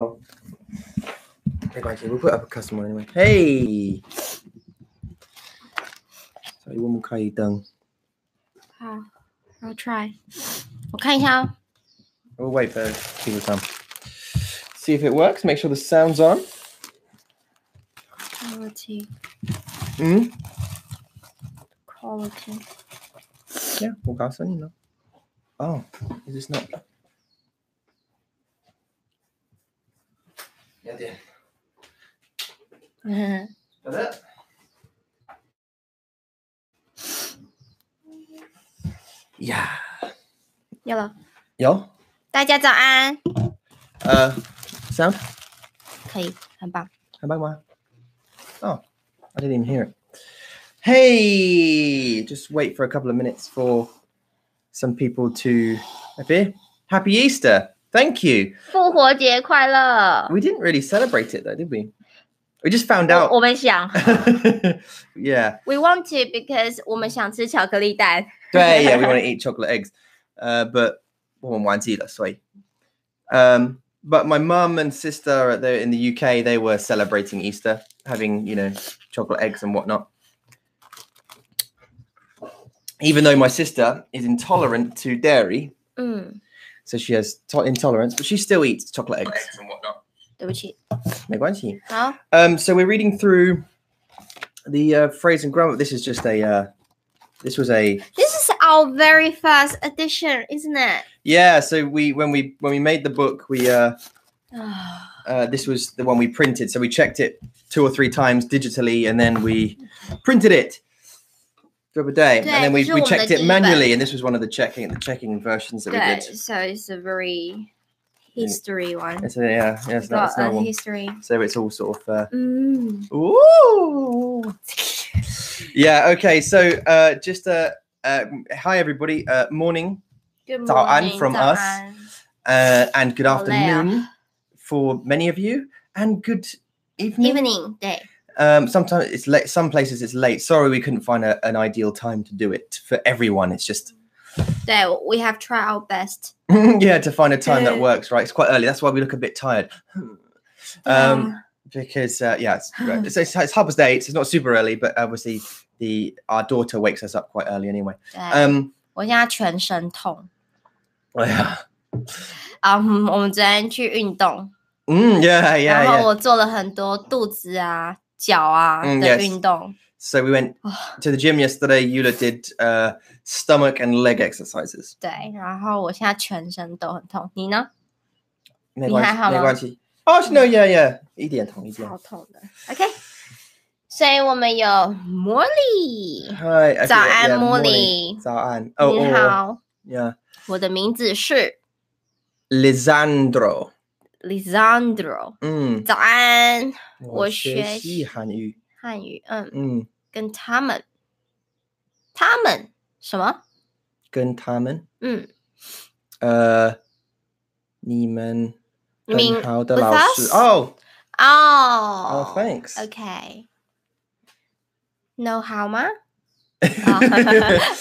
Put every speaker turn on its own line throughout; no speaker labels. Oh. No关系，we'll put uppercut tomorrow anyway. Hey，所以我们开灯。
好，I'll try。我看一下哦。
We'll wait for people to come. See if it works. Make sure the sound's on.
，quality
嗯，
quality。
yeah, 我搞声音了。Oh, is this not? 有点，
嗯，
好的。呀，
有了。
有，
大家早安，
呃，sound。Uh,
可以，很棒。
How about mine? Oh, I didn't even hear it. Hey, just wait for a couple of minutes for some people to appear. Happy Easter! Thank you.
复活节快乐！
We didn't really celebrate it though, did we? We just found
我
out.
我们想
yeah.
，we want to because 我们想吃巧克力蛋。
Yeah, yeah, we want to eat chocolate eggs. Uh, but well, mine's either, sorry. Um, but my mum and sister are there in the UK, they were celebrating Easter, having, you know, chocolate eggs and whatnot. Even though my sister is intolerant to dairy,
嗯，
so she has to- intolerance, but she still eats chocolate eggs and whatnot.
对不起。
没关系。
好，
Um, so we're reading through the uh, phrase and grammar. This is just a. Uh, this was a.
This is our very first edition, isn't it?
Yeah. So we when we when we made the book, we uh,
Ah,
uh, this was the one we printed. So we checked it two or three times digitally, and then we printed it the other day, and then we, we checked it manually. And this was one of the checking the checking versions that we
对
did.
，so it's a very history one.
It's a, yeah, yeah, it's not,
Got
it's
a
not one.
history. Mm.
So it's all sort of. Uh,
嗯，
Ooh. yeah. Okay. So uh, just uh, uh, hi everybody. Uh, morning
Good
早安 from
morning，早
us
安
uh, and good
Olea.
afternoon for many of you, and good evening.
Evening，对，
Um, sometimes it's late. Some places it's late. Sorry, we couldn't find a, an ideal time to do it for everyone. It's just
对，we have tried our best。
yeah to find a time that
Yeah.
works. Right. It's quite early. That's why we look a bit tired. Hmm. Um, because uh, yeah, it's, right. it's, it's, it's Harper's Day. It's, it's not super early, but obviously the our daughter wakes us up quite early anyway.
对，
Um,
我现在全身痛。
yeah,
啊、嗯，我们昨天去运动
mm, yeah, yeah,
然后
yeah.
我做了很多肚子啊、脚啊
嗯
的
yes
运动。
So we went to the gym yesterday. Eula did uh, stomach and leg exercises.
对，然后我现在全身都很痛，你呢？你还好吗？
没关系，没关系。Oh no, yeah, yeah. 一点痛，一点。
超痛的。OK，所以我们有茉莉，
Hi, okay,
早安
yeah,
茉
morning.
莉，
早安。Oh,
你
oh,
好，
yeah.
我的名字是
Lisandro. Mm.
Lisandro。
嗯，
早安，我学习
习韩语。
汉语，嗯，
Mm.
跟他们，他们什么？嗯，
Uh,
明 with us？
Oh,
哦
oh, thanks.
OK，no 好吗？ 啊 Oh.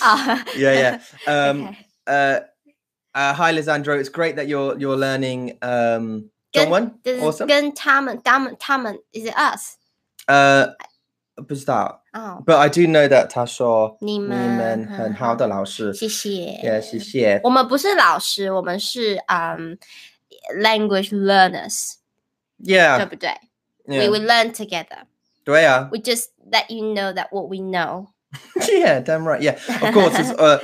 啊
yeah, yeah. Um,
OK
uh, uh, hi, Lisandro. It's great that you're you're learning um,
Good.
Zhongwen.
就是
Awesome.
跟他们，他们，他们，is it us？
Uh,
Oh,
不知道，
哦，
but I do know that 他说
你们，
你们很好的老师。
Uh-huh. 谢谢。
Yeah, 谢谢。
我们不是老师，我们是嗯、language learners，、对
Yeah,
不对、
Ah， yeah.
We will learn together.
对啊。
We just let you know that what we know.
Yeah, damn right. Yeah, of course. It's, uh,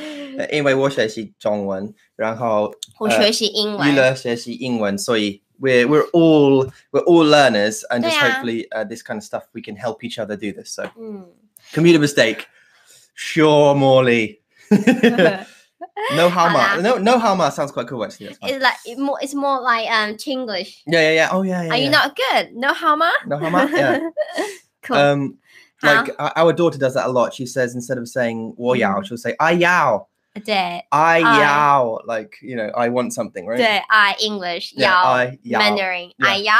因为我学习中文，然后
我学习英文。
娱乐学习英文，所以 we're we're all we're all learners, and just
对啊。
hopefully uh, this kind of stuff we can help each other do this. So
嗯，
commuter mistake, sure, Morley. no harma,
Hola.
no no harma sounds quite cool actually. That's fine.
it's like it more, it's more like um Chinglish.
Yeah, yeah, yeah. Oh yeah, yeah.
Are
yeah.
you not good? No how much?
no harma? Yeah. Uh,
cool.
Um,
Huh?
like o- our daughter does that a lot. She says instead of saying "wo yao,"
Mm.
she'll say "I yao,
对
I
I.
yao." Like you know, I want something, right?
对，I English
Yeah,
要
I yao.
Mandarin，
Yeah.
哎要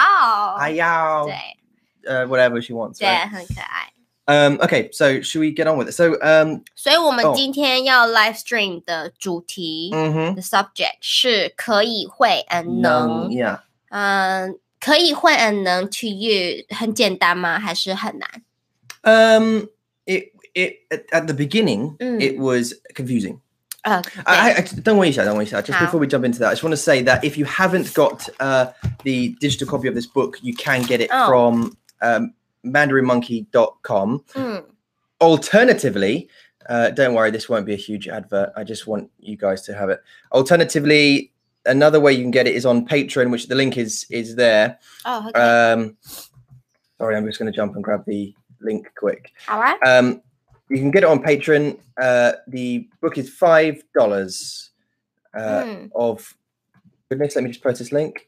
I yao.
对
uh, whatever she wants.
对
Right?
很可爱。
Um, okay, so should we get on with it? So, um,
所以我
哦
们今天要 live stream 的主题
mhm.
the subject 是可以会 and
Nung,
能，
yeah,
嗯，可以换 and 能 to you 很简单吗？还是很难？
Um, it it at, at the beginning
Mm.
it was confusing.
呃，
I, I,
对
I don't worry, Shah, don't worry, Shah. Just
How?
before we jump into that, I just want to say that if you haven't got uh, the digital copy of this book, you can get it
Oh.
from um, mandarinmonkey.com.
嗯，
Alternatively, uh, don't worry, this won't be a huge advert. I just want you guys to have it. Alternatively, another way you can get it is on Patreon, which the link is is there.
哦，OK，
Um, sorry, I'm just going to jump and grab the link quick.
好啊，
Um, you can get it on Patreon. Uh, the book is five dollars. Uh,
Mm.
Of goodness, let me just post this link.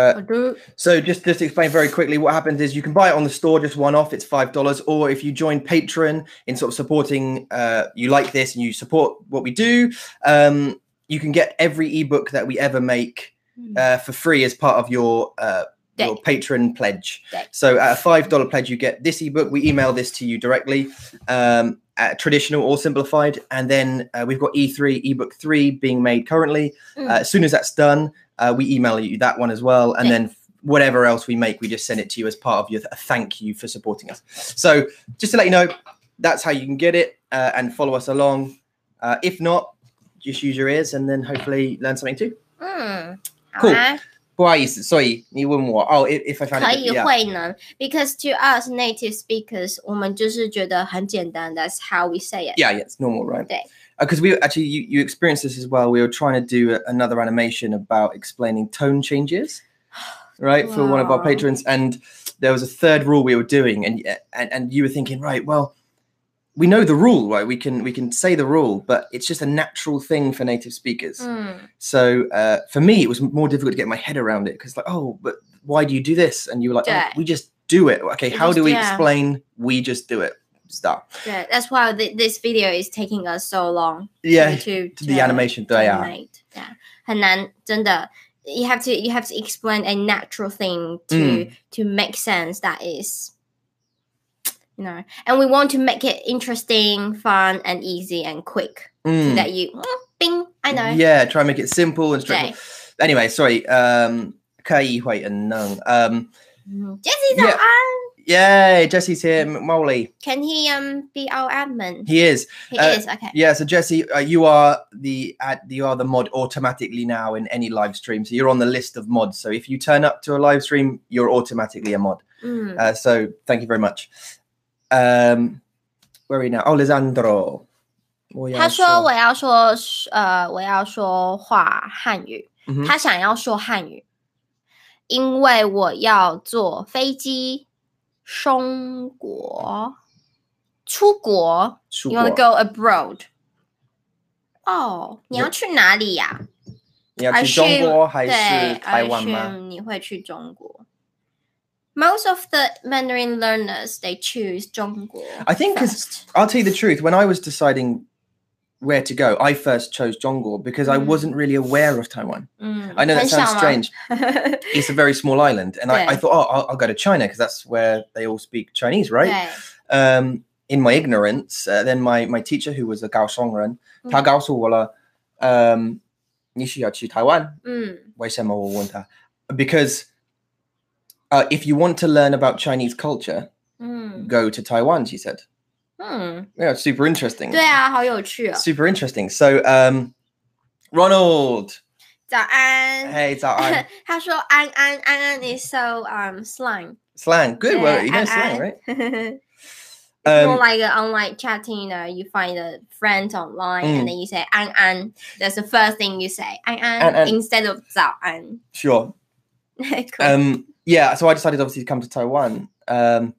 uh,
我都
So just just to explain very quickly, what happens is you can buy it on the store just one off. It's five dollars, or if you join Patreon in sort of supporting, uh, you like this and you support what we do. Um, you can get every ebook that we ever make uh, for free as part of your uh,
Day.
your patron pledge.
Day.
So at a five dollar pledge, you get this ebook. We email this to you directly, um, at traditional or simplified, and then uh, we've got E three ebook three being made currently.
Mm.
Uh, as soon as that's done, uh, we email you that one as well, and
Day.
then. Whatever else we make, we just send it to you as part of your a thank you for supporting us. So, just to let you know, that's how you can get it uh, and follow us along. Uh, if not, just use your ears and then hopefully learn something too.
嗯，好
Cool
啊。
不好意思，所以你问我哦、oh, if I found
可
it,
以
yeah.
会能，because to us native speakers，我们就是觉得很简单，that's how we say it。
yeah, yeah, it's normal, right?
Okay.
Because we actually you, you experienced this as well. We were trying to do a, another animation about explaining tone changes, right, for one of our
Wow.
patrons, and there was a third rule we were doing, and uh, and and you were thinking, right, well. We know the rule, right? We can we can say the rule, but it's just a natural thing for native speakers.
嗯
So uh, for me, it was more difficult to get my head around it because, like, oh, but why do you do this? And you were like, oh,
Yeah.
we just do it. Okay,
We
how
just-
do we
yeah.
explain we just do it stuff?
对，that's why th- this video is taking us so long
Yeah,
to
to the animation, they are.
animate. Yeah，很难，真的。You have to you have to explain a natural thing to
Mm.
to make sense that is you know and we want to make it interesting, fun and easy and quick so
Mm.
that you bing I know.
Yeah, try and make it simple and
Okay.
straightforward. Anyway, sorry. Um, 可以会很能. um,
Mm. Jessie
Yeah.
早安。
yay, Jesse's here. Molly,
Can he um be our admin?
he is.
He
Uh,
is okay.
Yeah, so Jesse, uh, you are the ad, you are the mod automatically now in any live stream. So you're on the list of mods. So if you turn up to a live stream, you're automatically a mod.
Mm.
Uh, so thank you very much. Um, where are we now? Oh, Lisandro. Oh, 我要
他说
说-
我要说呃我要说话汉语，
嗯哼
他想要说汉语，因为我要坐飞机中国出国。You
出国。
want to go abroad? 哦、你要
有
去哪里呀、
你要去
assume- 对，I
中国还是台湾吗？
assume 你会去中国。Most of the Mandarin learners they choose 中国 first。
I think 'cause I'll tell you the truth. When I was deciding where to go, I first chose Zhongguo because I
Mm.
wasn't really aware of Taiwan.
嗯
I know that
很小
sounds
吗
strange. It's a very small island, and I, I
Yeah.
thought, oh, I'll, I'll go to China because that's where they all speak Chinese, right?
对，
Um, in my ignorance, uh, then my my teacher, who was a Kaohsiungren,
嗯。
um, 他告诉我了，嗯，你需要去台湾。
嗯
为什么我问他? Because uh, if you want to learn about Chinese culture,
嗯
go to Taiwan, she said.
嗯，
Yeah, it's super interesting.
对啊，好有趣哦！
Super interesting. So, um, Ronald,
早安，
hey, it's our I'm
他说安安安安 is so um slang，
slang. Good well, you know
安
slang, right?
安 uh, It's more
Um,
like an online chatting, you know, you find a friend online and
Mm.
then you say an an. That's the first thing you say, an
An
an
an.
instead of 早安。
sure.
cool.
Um, yeah, so I decided obviously to come to Taiwan. Um,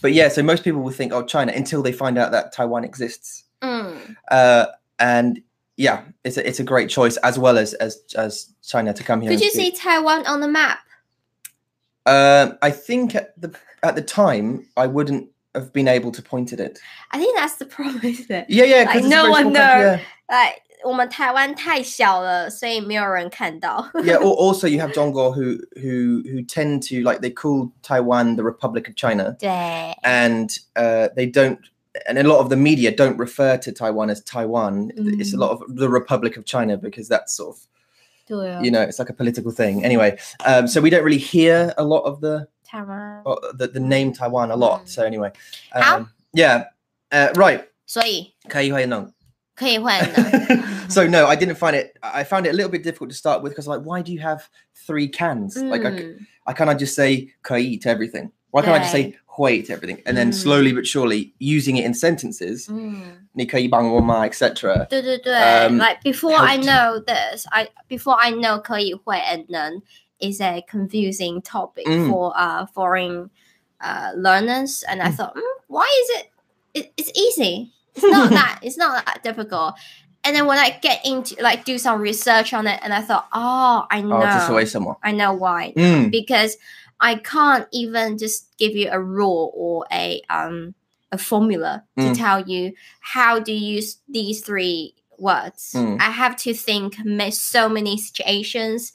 but yeah, so most people will think, oh, China, until they find out that Taiwan exists.
嗯，
Uh, and yeah, it's a, it's a great choice as well as as as China to come here.
Could
and
you
speak.
see Taiwan on the map?
Um, I think at the at the time I wouldn't have been able to point at it.
I think that's the problem. Is it?
Yeah, yeah, 'cause
Like,
it's a
no
very
one
small country,
there. Like 我们台湾太小了，所以没有人看到。
Yeah, yeah. al- also you have Dongor who who who tend to like they call Taiwan the Republic of China,
对，
and uh, they don't. And a lot of the media don't refer to Taiwan as Taiwan. It's a
Mm.
lot of the Republic of China because that's sort of
对啊
you know it's like a political thing anyway um so we don't really hear a lot of the
台湾。
uh, the, the name taiwan a lot
Mm.
so anyway
How?
um, yeah uh, right
所以
Kaiyuhainung.
可以换的。
so no i didn't find it i I found it a little bit difficult to start with because like why do you have three cans like I, c-
嗯
I can't I just say kai to everything why can't i just say hui to everything and then
Mm.
slowly but surely using it in sentences
嗯，
"你可以帮我吗?" etc
对对对。
Um,
like before I
helped.
know this, I before I know 可以会 and then is a confusing topic
嗯
for uh foreign uh learners and
Mm。
I thought, 嗯 why is it? It it's easy. It's not that it's not that difficult. And then when I get into like do some research on it, and I thought, oh, I know,
oh just away somewhere
I know why.
mm.
because I can't even just give you a rule or a um a formula to
Mm.
tell you how to use these three words.
Mm.
I have to think ma- so many situations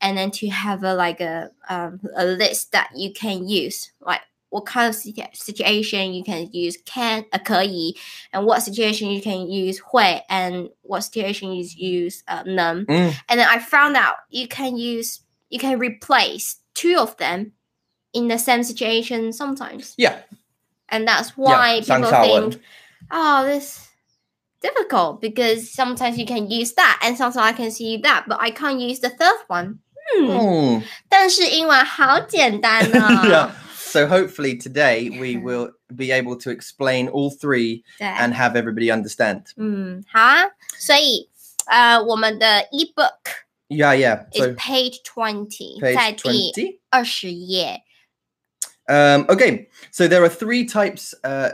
and then to have a like a um, a list that you can use like what kind of situ- situation you can use can uh, 可以 and what situation you can use 会 and what situation you use uh, 能
Mm.
and then I found out you can use you can replace two of them in the same situation sometimes,
yeah
and that's why
上
people
下文。
think, oh, this difficult because sometimes you can use that, and sometimes I can see that, but I can't use the third one. Hmm.
Mm.
但是英文好简单呢。
yeah. So hopefully today we will be able to explain all three
对。
and have everybody understand.
嗯，好啊。所以，呃，我们的 ebook
Yeah, yeah.
is
So
page twenty，
page
在第
20.
20页。
Um, okay. So there are three types. Uh,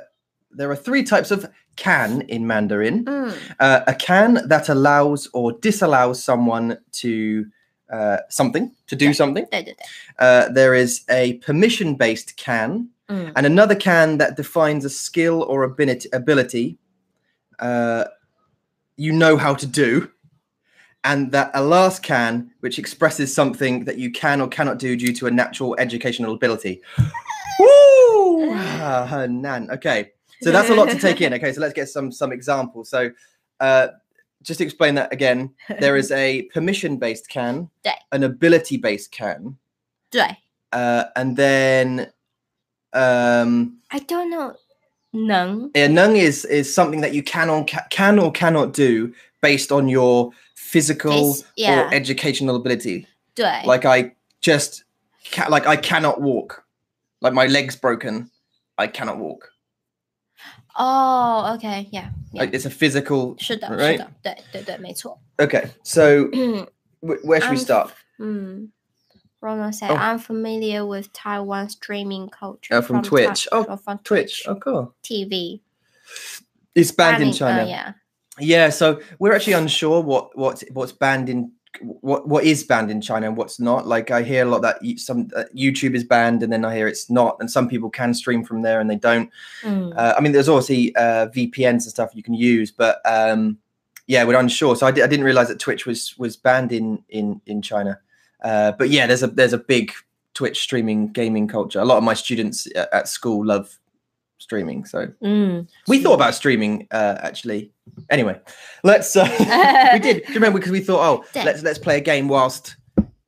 there are three types of can in Mandarin.
嗯。
Uh, a can that allows or disallows someone to uh, something to do
Yeah.
something.
对对对，
Uh, there is a permission-based can
嗯
and another can that defines a skill or ability, ability uh, you know how to do, and that a last can which expresses something that you can or cannot do due to a natural educational ability. Woo! Ah, Hernan. Okay, so that's a lot to take in. Okay, so let's get some some examples. So, uh, just to explain that again, there is a permission-based can,
Yeah.
an ability-based can,
对
uh, and then. Um,
，I don't know，能
a nung is is something that you can or ca- can or cannot do based on your physical
Face- yeah.
or educational ability.
对
Like I just ca- like I cannot walk. Like my legs broken. I cannot walk.
哦，OK，yeah，
Like, it's a physical.
是的，
right
是的，对对对，没错。
Okay, so
嗯
w- where should we
I'm-
start?
嗯，Ronan said
Oh.
I'm familiar with Taiwan streaming culture
Uh, from
Ti-
Twitch. Oh,
uh, from
Twitch.
Twitch
Oh, cool.
TV
It's banned
banning-
in
uh,
China.
yeah.
Yeah, so we're actually unsure what what's what's banned in what what is banned in China and what's not. Like I hear a lot that you- some uh, YouTube is banned, and then I hear it's not, and some people can stream from there and they don't.
嗯
Uh, I mean, there's obviously uh, VPNs and stuff you can use, but um, yeah, we're unsure. So I, di- I didn't realize that Twitch was was banned in in in China. Uh, but yeah, there's a there's a big Twitch streaming gaming culture. A lot of my students uh, at school love streaming, so
嗯
we thought about streaming uh, actually. Anyway, let's. Uh, we did. Do you remember because we thought, oh,
Yeah.
let's let's play a game whilst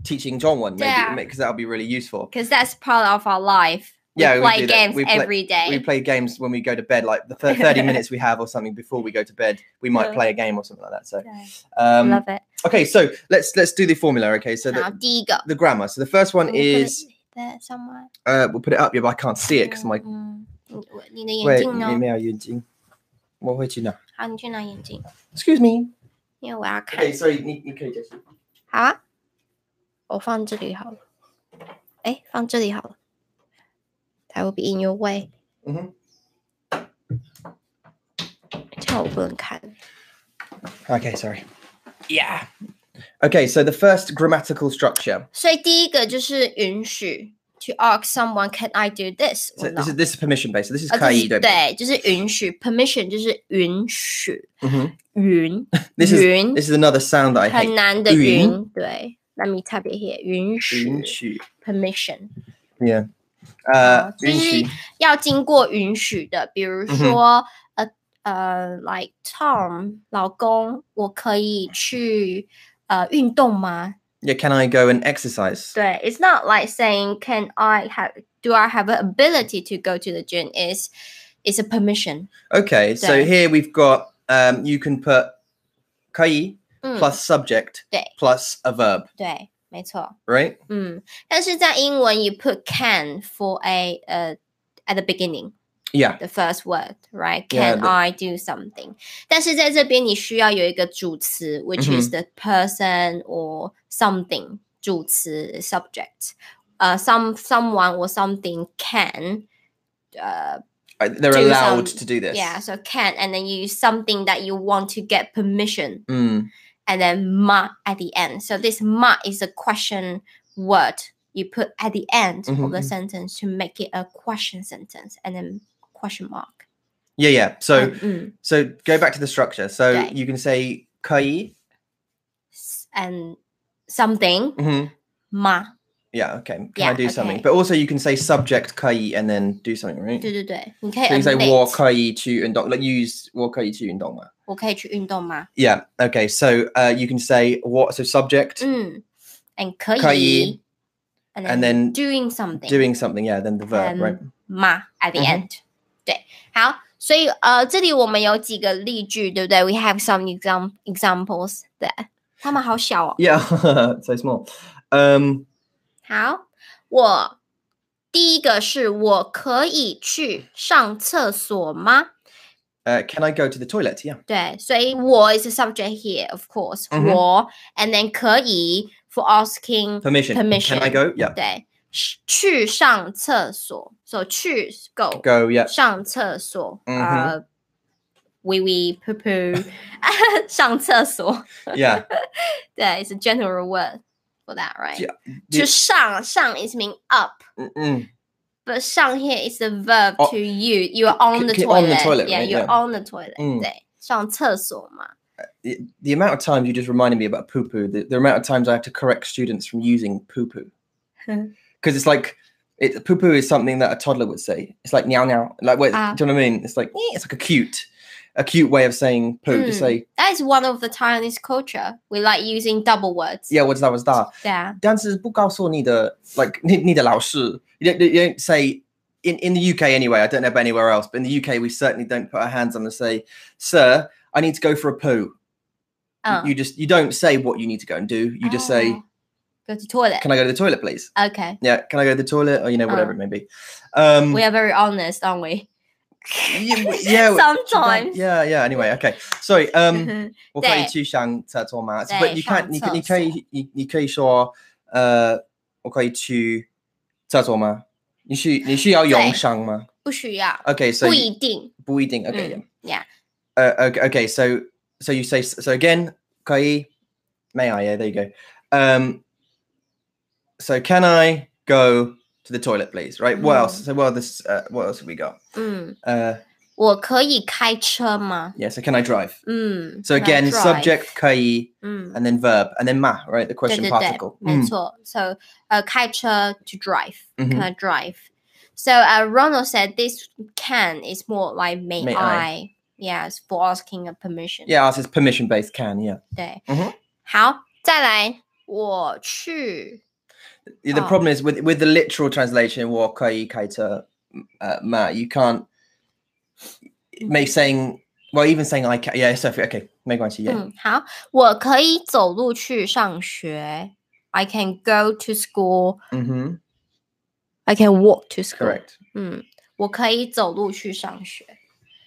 teaching John one, maybe
Yeah.
because that'll be really useful.
，because that's part of our life. We
Yeah, we
play
do that.
games
We play-
every day.
We play games when we go to bed, like the thir- thirty minutes we have or something before we go to bed. We might
Yeah.
play a game or something like that. So,
对
um,
Love it。Uh-huh.
okay, so let's let's do the formula. Okay, so
好，
the,
第一个
the grammar. So the first one is
that someone
uh, we'll put it up. Yeah, but I can't see it because my
嗯，嗯我你的眼
wait,
镜呢？
你没有眼睛。我会去拿。
好，Mm. 你去拿眼镜，
Excuse me.
因为我要看。
Okay, so you, you can just.
好啊，我放这里好了。哎，放这里好了。That will be in your way。
嗯哼，
这样我不能看。
Okay, sorry. Yeah. Okay, so the first grammatical structure.
所以第一个就是允许，to ask someone can I do this？
So
or
this
not？
is this is permission based. So Oh, this is
啊这
kai
是
don't.
对，就是允许，permission 就是允许，
Mhm.
云
This is
云
this is another sound that I
很
hate.
难的
云
云，对，Let me type it here，允许
允许。
，permission。
Yeah. Uh,
好，就是要经过允许的，比如
嗯哼
说、呃呃，like Tom 老公，我可以去呃运动吗？
Yeah, can I go and exercise?
对，It's not like saying can I have do I have an ability to go to the gym? Is it's a permission.
Okay, so
Yeah.
here we've got um, you can put 可以
嗯，
plus subject
对。
plus a verb,
对，没错。
right?
嗯，但是在英文，you put can for a 呃、at the beginning
Yeah,
the first word
Yeah,
right can
the-
I do something？但是在这边你需要有一个主词，which
Mm-hmm.
is the person or something 主词 subject，呃、s o m e someone or something can 呃、
Uh, they're
Do
allowed
some-
to do this.
Yeah, so can and then you use something that you want to get permission
Mm,
and then ma at the end. So this ma is a question word you put at the end of the
Mhm.
sentence to make it a question sentence and then question mark.
Yeah, yeah. So
and, mm,
so go back to the structure. So
Okay.
you can say 可以.
s- and something
Mhm.
ma
Yeah, okay. Can I
Yeah,
do something?
okay.
But also you can say subject 可以 and then do something, right?
对对对，你可以
So you say
admit
我可以去运动, like use 我可以去运动嘛.
我可以去运动吗？
Yeah, okay. So uh, you can say what so subject
Mm, 嗯，and 可以，
可以
and
and then
doing something
doing something, yeah, then the verb,
Um,
right?
嘛 at the
嗯哼
end、对，好，所以呃，这里我们有几个例句，对不对？We have some exam examples there。他们好小哦。
Yeah, so small. Um,
好，我第一个是我可以去上厕所吗？
uh, can I go to the toilet? Yeah.
对，所以我 is a subject here, of course、
嗯哼
我，and then 可以 for asking
Permission. Can I
Permission.
go? Yeah.
对，是去上厕所，so 去 go
Go, yeah.
上厕所，
嗯哼
呃，微微 poo poo，上厕所，
Yeah.
对，it's a general word for that, right?
Yeah,
就上上 is mean up,
Mm-mm.
but 上 here is the verb
哦
to you. You're on the
Oh， c- on the
toilet,
toilet,
yeah,
right,
you're
yeah.
on the toilet.
嗯
对，上厕所嘛，
The, the amount of times you just reminded me about poo poo, the, the amount of times I have to correct students from using poo poo. Because it's like, it, poo poo is something that a toddler would say. It's like meow meow. Like, what,
Ah.
do you know what I mean? It's like, eh, it's like a cute, a cute way of saying poo. Just
Mm.
say,
that is one of the Taiwanese culture. We like using double words.
yeah, what's that, what's that?
对啊，
但是不告诉你的 like 你你的老师 you don't, you don't say in in the UK anyway I don't know about anywhere else but in the UK we certainly don't put our hands on and say sir I need to go for a poo
嗯
you just you don't say what you need to go and do you just say
Uh. Oh. go to toilet.
can I go to the toilet please
Okay,
yeah can I go to the toilet or you know whatever
Uh.
it may be um
we are very honest, aren't we?
yeah, w- yeah,
Sometimes.
yeah yeah anyway okay sorry um 我可以去上厕所吗？
对，
but you can't 你
上厕所。
你可以你你可以说呃我可以去厕所吗？你需你需要用上吗
不需要，
？Okay, so
不
you-
一定。
不一定。Okay,
嗯，Yeah，
yeah. Uh, okay, okay. So so you say so again. 可以 may I? Yeah, there you go. Um, so can I go to the toilet, please? Right. What else? So what are this? Uh, what else have we got?
嗯，
Uh,
我可以开车吗？
yeah. So can I drive?
嗯
So
can I
again,
drive？
subject 可以
嗯，
and then verb and then ma. Right. The
对
question
对对
particle.，Mm.
没
嗯。
错。So，呃，开车 to drive，
Mhm.
can I drive? So, uh, Ronald said this can is more like may,
May
I. Yes, for asking a permission.
Yeah, ours is permission based can, yeah.
对
嗯哼，
好，再来，我去，
Yeah, The
Oh.
problem is with with the literal translation, wa kai kaita uh, ma, you can't
Mm.
make saying well, even saying I can yeah, Sophie, okay, make one to yeah.
嗯，好，我可以走路去上学。I can go to school.
Mm-hmm.
I can walk to school.
Correct.
嗯，我可以走路去上学。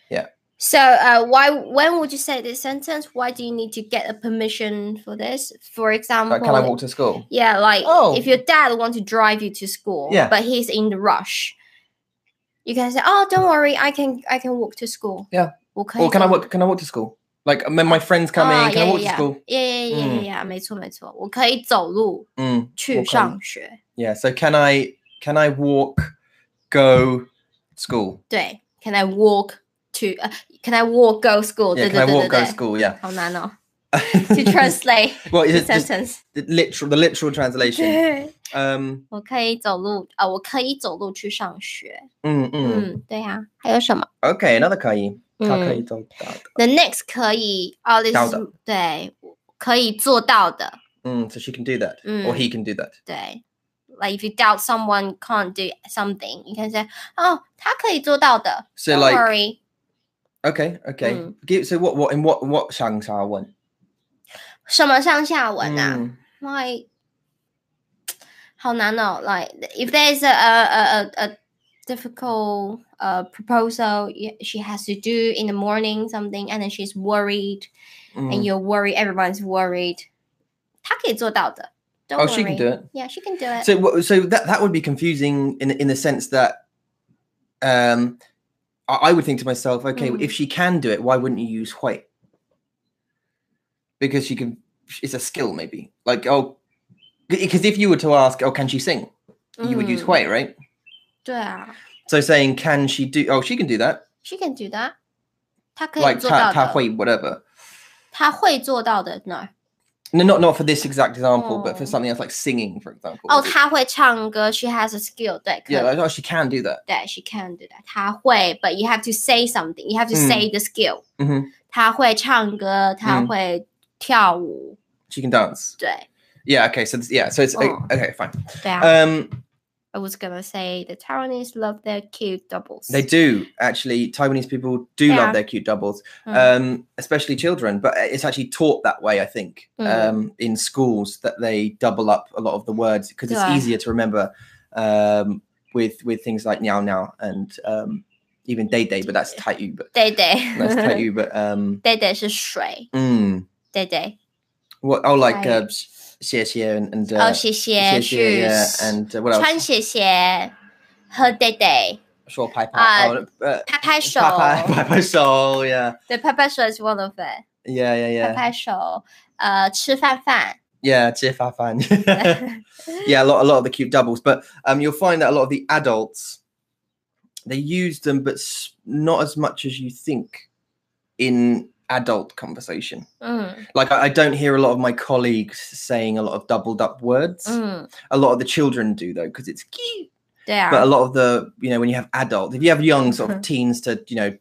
Yeah.
So, uh, why? When would you say this sentence? Why do you need to get a permission for this? For example,
Like, can I walk to school?
yeah, like
Oh.
if your dad wants to drive you to school,
Yeah.
but he's in the rush, you can say, "Oh, don't worry, I can, I can walk to school."
Yeah.
我可以
Or can I
走
walk can I walk to school? Like when my friends come
Ah,
in, can I
yeah,
walk to
yeah,
school?
Yeah, yeah, yeah, yeah, yeah. 没错，没错，我可以走路
Mm. 我
去
可以
上学。
Yeah. So can I can I walk go school?
对，Can I walk to？呃、c a n I walk go school？对
Yeah,
对
can I
对对
walk go
对。
school? Yeah.
好难哦 ，to translate
well,
the
it's just
sentence。
the literal the literal translation.
对，
Um
我可以走路啊、我可以走路去上学。
mm, mm.
嗯，对呀、还有什么？Mm.
Okay, another kai.
嗯
他可以走到的。
，the next 可以啊，this
到
is
的
对，可以做到的。
Mm, so she can do that, or
Mm.
he can do that.
对，like if you doubt someone can't do something, you can say, "Oh, 他可以做到的
So
don't
like-
worry."
Okay, okay.
Mm.
Give, so what? What in what what Shangsha one?
什么上下文啊、
Mm,
like 好难哦。Like if there is a a a, a difficult uh proposal y- she has to do in the morning something, and then she's worried, and
mm.
you're worried, everyone's worried. 她可以做到的。Don't
Oh,
worry.
she can do it.
Yeah, she can do it.
So what- so that that would be confusing in in the sense that, um, I, I would think to myself, okay,
Mm.
if she can do it, why wouldn't you use Hui? Because she can. It's a skill, maybe. Like oh, because if you were to ask, oh, can she sing? You would use
嗯
Hui, right?
对啊
So saying, can she do? Oh, she can do that.
，she can do that. 啊她可以
Like
做到
ta, ta
的。
hui, whatever.
她会做到的。No，
No, not not for this exact example, but for
Oh.
something else like singing, for example.
哦，
Is it-
她会唱歌。She has a skill. 对，可
yeah, like, oh, she can do that.
that she can do that. 她会，but you have to say something. You have to
嗯
say the skill.
嗯哼。嗯。
她会唱歌，她会跳舞，
She can dance. Yeah. Okay. So it's- yeah. So it's
Oh.
okay. Fine.
对，对啊。
Um,
I was gonna say the Taiwanese love their cute doubles.
they do actually. Taiwanese people do
Yeah.
love their cute doubles,
Mm.
um, especially children. But it's actually taught that way, I think,
Mm.
um, in schools that they double up a lot of the words because it's
Yeah.
easier to remember um, with with things like now now and um, even day day. But that's tight but that's tight
对对，
but um,
对对是水，对对。
mm. What? Oh, like uh, s- xie xie and,
Oh,
and uh,
哦，谢谢，
yeah,
是
and uh, what else?
穿鞋鞋，和对对，拍
Shaw Pai
拍手。
Pai.
uh,
oh, uh, Pai Pai, Pai Pai Shaw, yeah.
对，拍拍手 is one of it. Uh,
Yeah, yeah, yeah.
拍拍手，呃，吃饭饭。 Mm,
Yeah, Jif Afan. yeah, a lot, a lot of the cute doubles. But um, you'll find that a lot of the adults, they use them, but s- not as much as you think in adult conversation.
嗯嗯。
Like, I, I don't hear a lot of my colleagues saying a lot of doubled up words.
Mm.
A lot of the children do, though, because it's cute.
对啊，
but a lot of the you know when you have adults if you have young sort of
Mhm.
teens to you know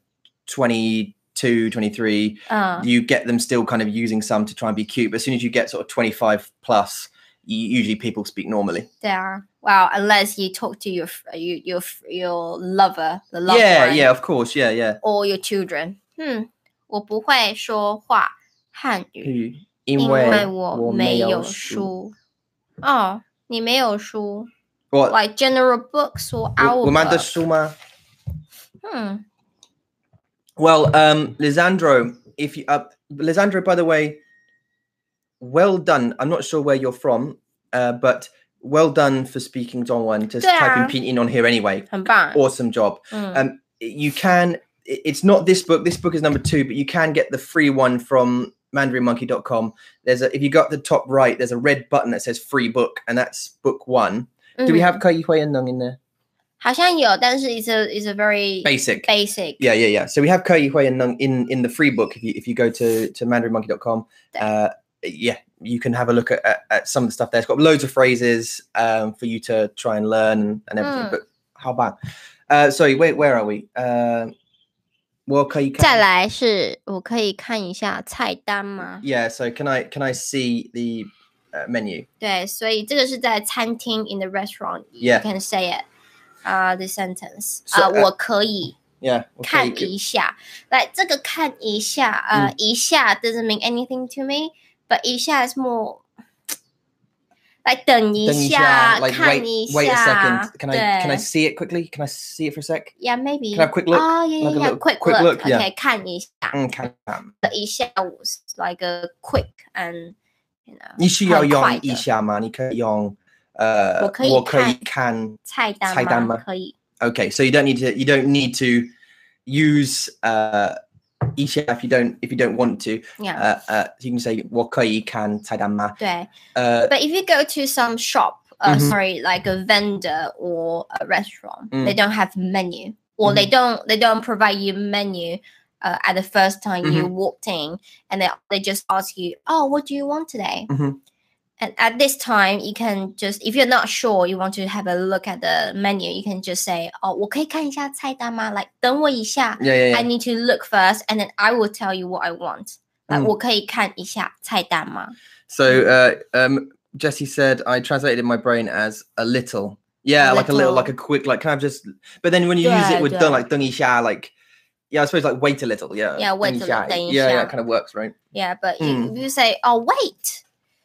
22 23
嗯，
you get them still kind of using some to try and be cute but as soon as you get sort of 25 plus y- usually people speak normally
对啊。Wow, unless you talk to your f- your your f- your lover, the loved
yeah
one,
yeah of course yeah yeah
or your children. 嗯，我不会说话汉语，
Who-
因为我没有
因为我没有书。
书。哦，你没有书
What?
，like general books or our
我-
book.
我们的书吗？
嗯
Well, um, Lisandro, if you uh, Lisandro, by the way, well done. I'm not sure where you're from, uh, but well done for speaking Dongwon. Just
Yeah.
typing pinyin on here anyway.
很棒。
Awesome job.
嗯
um, You can. i- It's not this book. This book is number two, but you can get the free one from MandarinMonkey.com. There's a if you got the top right, there's a red button that says free book, and that's book one. Do we
嗯
have Kai Hui and Nung in there?
好像有，但是 is a is a very
Basic.
basic.
Yeah, yeah, yeah. So we have Ke Hui and Nung in in the free book. If you if you go to to mandarinmonkey.com, uh, yeah, you can have a look at, at, at some of the stuff there. It's got loads of phrases um, for you to try and learn and everything.
Mm.
But how about? Uh, sorry, wait, where are we? Uh, well, Ke
再
Hui.
来是，我可以看一下菜单吗？
Yeah. So can I can I see the uh, menu?
对，所以这个是在餐厅 in the restaurant。
Yeah.
You can say it. 啊、the sentence 啊、
So, uh,
我可以
Yeah. well,
看
Ke-
一下。来，这个看一下，呃、一下 doesn't mean anything to me, but 一下 is more 来等一
Then you shall,
下，
like
看
wait,
一
wait a
下
second. Can I can I
对
see it quickly? Can I see it for a sec?
Yeah, maybe.
Can I have a quick look?
Oh,
Like a
yeah, yeah, yeah.
little
Quick,
quick look, yeah.
Okay, 看一下，
Okay.
一下 was like a quick and you know 很快的。
你是要用一下吗？你可以用呃，
我可以
我可以看。
菜单
菜单吗
可以。
Okay, so you don't need to. You don't need to use uh, 一下 if you don't if you don't want to.
Yeah.
Uh, uh, you can say 我可以看菜单吗？
对。
Uh,
But if you go to some shop, uh,
Mhm.
sorry, like a vendor or a restaurant, they
Mm. Mm-hmm.
don't have menu, or they don't they don't provide you menu. Uh, at the first time you
Mm-hmm.
walked in, and they they just ask you, "Oh, what do you want today?"
Mhm.
And at this time, you can just if you're not sure, you want to have a look at the menu, you can just say, "Oh, 我可以看一下菜单吗？" Like 等我一下
yeah, yeah,
I
yeah.
need to look first, and then I will tell you what I want. 呃
嗯
我可以看一下菜单吗？
So uh, um, Jesse said, I translated in my brain as a little. Yeah, like a little,
little.
like a quick, like kind of just. But then when you use it
Yeah,
with
yeah.
done, like dung xia, like yeah, I suppose like wait a little. Yeah,
Yeah, wait
dung
a little,
xia,
dung
Yeah, yeah,
xia.
kind of works, right?
Yeah, but
Mm.
if you say, oh, wait,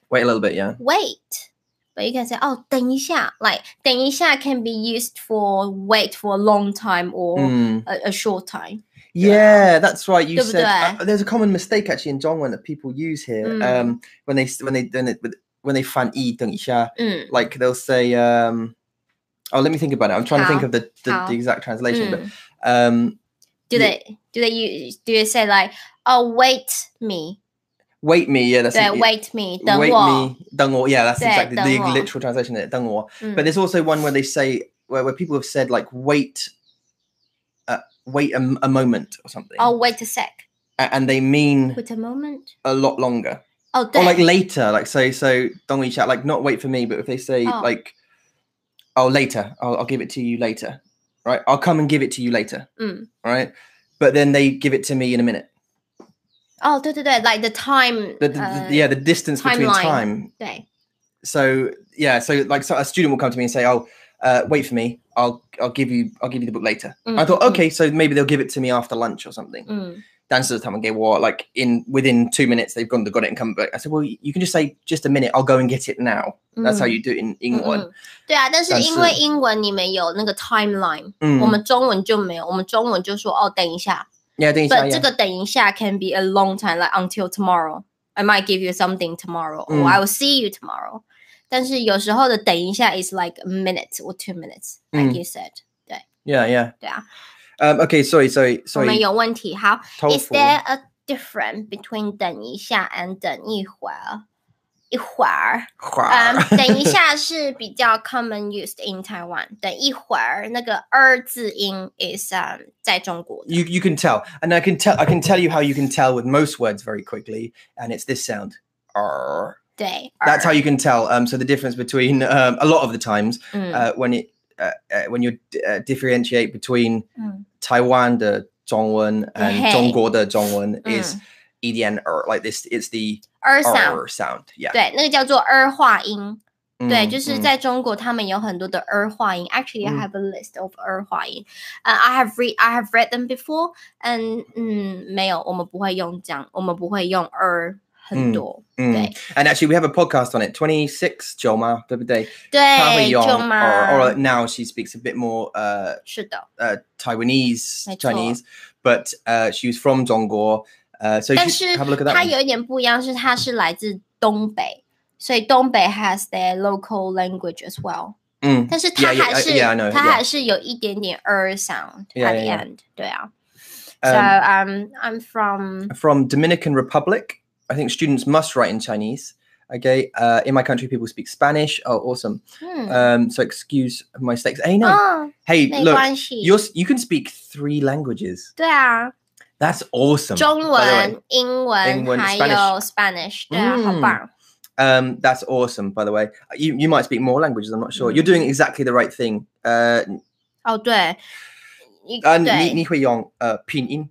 Wait a little bit, yeah.
wait. But you can say, oh, 等一下. Like, 等一下 can be used for wait for a long time or
Mm.
a, a short time.
Yeah,
Yeah.
that's right. You
Double
said
dare.
uh, there's a common mistake actually in Zhongwen that people use here.
Mm.
Um, when they s- when they when they when they fan E, yi deng xia,
嗯
like they'll say, um, oh, let me think about it. I'm trying to think
How?
of the the,
How?
the exact translation,
嗯
but um,
hmm. Do
you-
they do they use do they say like, oh, wait me?
wait me. Yeah, that's
Yeah,
it.
wait me, 等
Wait
我.
me, deng wo. Yeah, that's
Yeah,
exactly the
等我.
literal translation of it, deng wo.
嗯
But there's also one where they say where, where people have said like wait, uh, wait a, m- a moment or something,
Oh, wait a sec.
a- and they mean
Wait a moment.
a lot longer.
Oh,
or like
对
later, like so so Dongyi chat, like not wait for me, but if they say
Oh.
like, oh later, I'll, I'll give it to you later, right? I'll come and give it to you later,
嗯，
right? But then they give it to me in a minute.
哦，对对对，like the time，uh,
The, the- the-
呃
yeah, the distance between
timeline.
time.
对，
So yeah, so like so a student will come to me and say, oh, uh, wait for me, I'll I'll give you I'll give you the book later. I thought
Mm, mm.
okay, so maybe they'll give it to me after lunch or something.
嗯
Dan says time and gave what like in within two minutes they've gone to got it and come back. I said, well, you can just say just a minute, I'll go and get it now. That's how
嗯
you do it in
嗯
England.
嗯 hmm. Mm, 对啊，但是
但
因为
是
英文你们有那个 timeline，
嗯，
我们中文就没有，我们中文就说哦，等一下。
yeah, 等一下
But 这
yeah.
个等一下 can be a long time, like until tomorrow. I might give you something tomorrow, or
嗯
I will see you tomorrow. 但是有时候的等一下 is like a minute or two minutes,
嗯
like you said.
yeah, yeah.
对啊，
Um, okay, sorry, sorry,
我
sorry.
们有问题。好
tofu.
，Is there a difference between 等一下 and 等一会儿？一会儿。嗯
Hua.，
等一下是比较 common used in Taiwan。等一会儿，那个 r 字音 is 嗯、在中国 的。
You you can tell, and I can tell I can tell you how you can tell with most words very quickly, and it's this sound. R.
对 er。
That's how
r
you can tell. Um, so the difference between um, a lot of the times
嗯
uh, when it uh, uh, when you d- uh, differentiate between
嗯
Taiwan the Zhongwen and
Mm. Hey.
Zhongguo the Zhongwen is E
Mm.
EDN or er, like this. It's the
r sound，
R sound. Yeah.
对，那个叫做 r 化音。对，
Mm,
就是
mm.
在中国，他们有很多的 r 化音。Actually, I
嗯
have a list of r 化音。呃、i have read, I have read them before. And 嗯，没有，我们不会用这样，我们不会用 r
嗯
很多。
Mm.
Day.
And actually, we have a podcast on it. Twenty six, Joma, the other day.
对，
Carrie
舅
Yong,
妈
or, or now she speaks a bit more uh,
是的，
uh, Taiwanese,
That's all.
Chinese, but uh, she was from Zhongguo. Uh, so you
But
should
she-
have a look at that.
它
one.
有一点不一样，是它是来自东北，所以东北 has their local language as well。
Mm.
但是它
Yeah, yeah,
还
I-
是
yeah, I know,
它
yeah.
还是有一点点 er sound
Yeah,
at the
yeah, yeah.
end。对啊。So
Um,
um, I'm from
from Dominican Republic, I think students must write in Chinese. Okay, uh, in my country, people speak Spanish. Oh, awesome.
嗯
Um, so excuse my mistakes. Hey, no.
哦，
hey,
没
look,
关系。
you're, s- Oh, you can speak three languages.
对啊，
That's awesome.
中
by the way.
文、英
英
文
文
还有
Spanish
Spanish，对啊，
嗯
好棒。
Um, that's awesome, by the way. Uh, You, you might speak more languages, I'm not sure.
Mm.
You're doing exactly the right thing. Uh,
哦，对，你
and
对
uh, 你你会用呃拼音，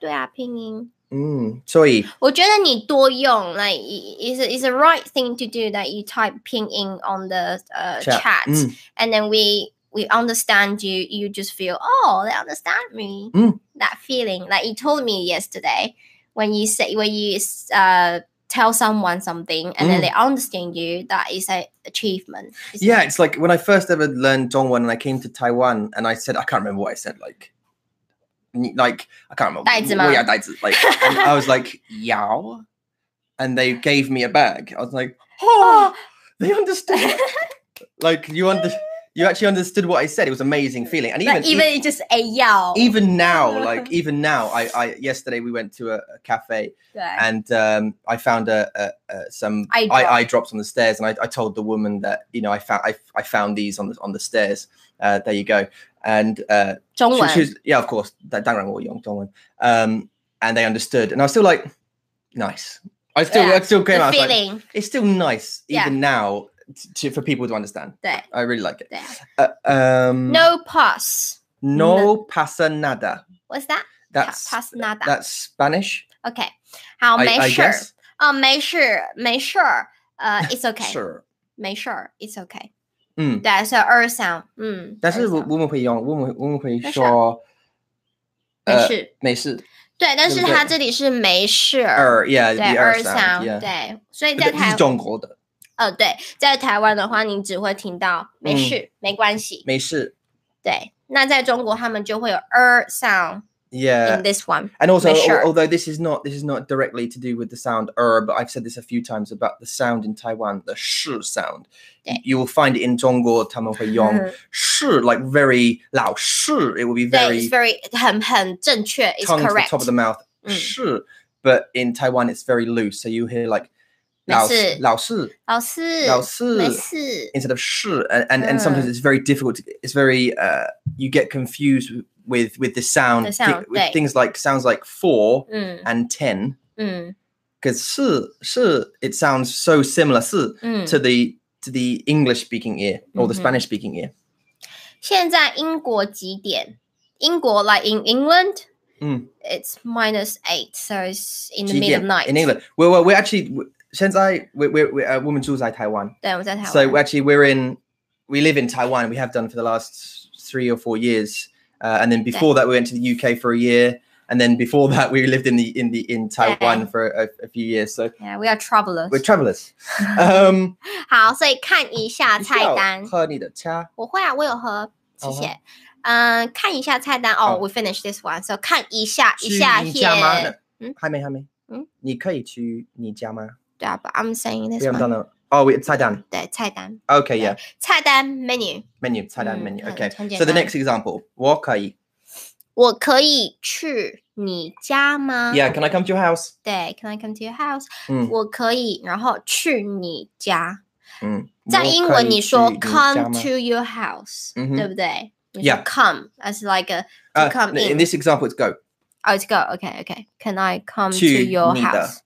对啊，拼音。
嗯，所以
我觉得你多用，like i- is a- is a right thing to do that you type pinyin on the uh,
Chat, Mm.
chat, and then we we understand you. You just feel oh they understand me.
Mm.
That feeling, like you told me yesterday when you say when you uh tell someone something and then
Mm.
they understand you. That is an achievement. isn't
yeah,
it?
it's like when I first ever learned Dongwon and I came to Taiwan and I said I can't remember what I said like. ni- Like I can't remember.
袋子吗？
Yeah, 袋子, like and I was like yao, and they gave me a bag. I was like, oh, they understood.
"Oh."
like you under, you actually understood what I said. It was an amazing feeling. And even
but even it's just a yell.
even now, like even now, I, I yesterday we went to a, a cafe
yeah.
and um, I found a, a, a some
Eye
eye,
drop.
eye drops on the stairs, and I, I told the woman that you know I found I, I found these on the on the stairs. Uh, there you go, and uh, she- she,
中文。
was yeah, of course, that Young Dongwon, um, and they understood, and I was still like, nice. I still
Yeah,
I still came
the
out. I was like,
feeling.
it's still nice
Yeah.
even now t- to, for people to understand.
对
I really like it.
对
Uh, um,
No pause.
no pasa nada.
What's that?
That's
past nada.
that's Spanish.
OK，好，
I,
没
I
事儿
guess.
哦，没事，没事儿，呃，it's uh, okay，
Sure.
没事儿，it's okay。
嗯，
对，啊是二声，嗯，
但是
二
我
声
我们会用，我们我们会
没事
说，
没
呃，
事，
没事。
对，但
对
是
不对
它这里是没事儿，
二，yeah，Er,
对，
the
二
r
声，
sound, yeah.
对，所以
这
在
个这
台
是，中国的，
呃，对，在台湾的话，你只会听到没
嗯
事，没关系，
没事。
对。那在中国，他们就会有二 sound in
Yeah.
this one，
And also,
Make sure.
al- although this is not this is not directly to do with the sound er, but I've said this a few times about the sound in Taiwan, the shi sound.
Yeah. Mm-hmm.
You will find it in Zhongguo, Tamahuayong,
嗯
shi, like very loud shi. It will be
对
very
，it's very 很很正确，it's
tongue to the top of the
correct，
mouth,
嗯
shi. But in Taiwan, it's very loose, so you hear like
没
老
事
老师
老师，
老师
没事，
instead of sh and, and, and sometimes
Mm.
it's very difficult to, it's very uh, you get confused with with the sound,
The
thi-
sound,
with
right.
things like sounds like four
嗯
and ten
嗯
because sh, sh it sounds so similar sh,
嗯。
to the to the english speaking ear or the
Mhm.
spanish speaking ear
现在英国几点？英国 like in England，
嗯
，it's minus eight, so it's in the
几点
middle of night.
in england well, well we're actually since i we're, we're, we're a uh, woman in taiwan
对，我在台湾。
So actually, we're in, we live in Taiwan. We have done for the last three or four years, uh, and then before that, we went to the UK for a year, and then before that, we lived in the in the in Taiwan for a, a few years. So
yeah, we are travelers.
we're travelers. Um,
好，所以看一下菜单。
你需要喝你的茶。
我会啊，我有喝，谢
好啊
谢。嗯，看一下菜单哦。
好
We finish this one, so 看一下一下 here.
去你家吗？
嗯？
还没，还没。
嗯？
你可以去你家吗？
对啊，but I'm saying this one.
不要当了。Oh, wait, 菜单。
对，菜单，
Okay, yeah.
菜单 menu，
Menu, 菜单
嗯，
menu.
很-
Okay.
很简
So the
单。
next example, 我可以。
我可以去你家吗
Yeah, can I come to your house?
对，Can I come to your house？
嗯
我可以，然后去你家。
嗯，
在英文你说 come
我可以去你家吗？
to your house，、
嗯哼
对不对？你说
Yeah.
come as like a
Uh,
to come
no, in
in.
this example, it's go.
Oh, it's go. Okay, okay. Can I come to
去
your
你的
house？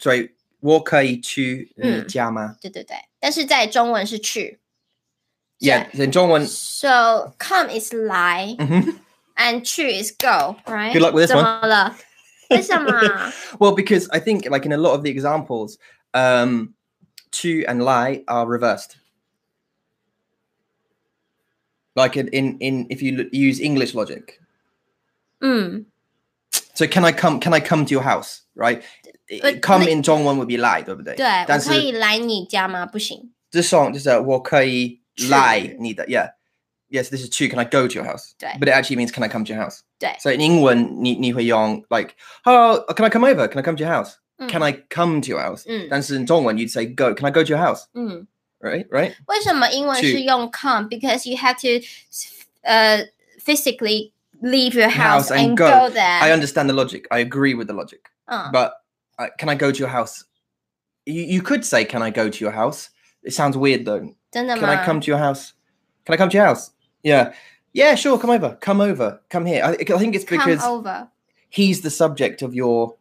Sorry, uh,
嗯。
我可以去你家吗？
对对对，但是在中文是去。
Yeah, then John went.
So come is 来、
mhm.
and 去 is go, right?
Good luck with this
怎么了？为什 么？
Well, because I think, like in a lot of the examples, um, to and lie are reversed. Like in in, in if you l- use English logic,
嗯，
so can I come? Can I come to your house? Right? I-
But
come
li-
in John one would be lie, 对不对？
对，我可以来你家吗？不行。
this song just uh well kai
Chu.
lie need that yeah yes this is chu can i go to your house
Right.
but it actually means can i come to your house
Right.
so in england ni, ni hui yong like oh can i come over can i come to your house can
嗯
i come to your house
嗯
That's in Dongwen, you'd say go can i go to your house
嗯，
right right
为什么英文
去
是用 come? Because you have to 呃、physically leave your
House
house
and
and
go.
go
i
there.
understand the logic i agree with the logic
嗯
but uh, can i go to your house you, you could say can i go to your house it sounds weird though
真的
Can I
吗？
come to your house? Can I come to your house? Yeah. Yeah, sure. Come over. Come over. Come here. I, I think it's
Come
because
over.
he's the subject of your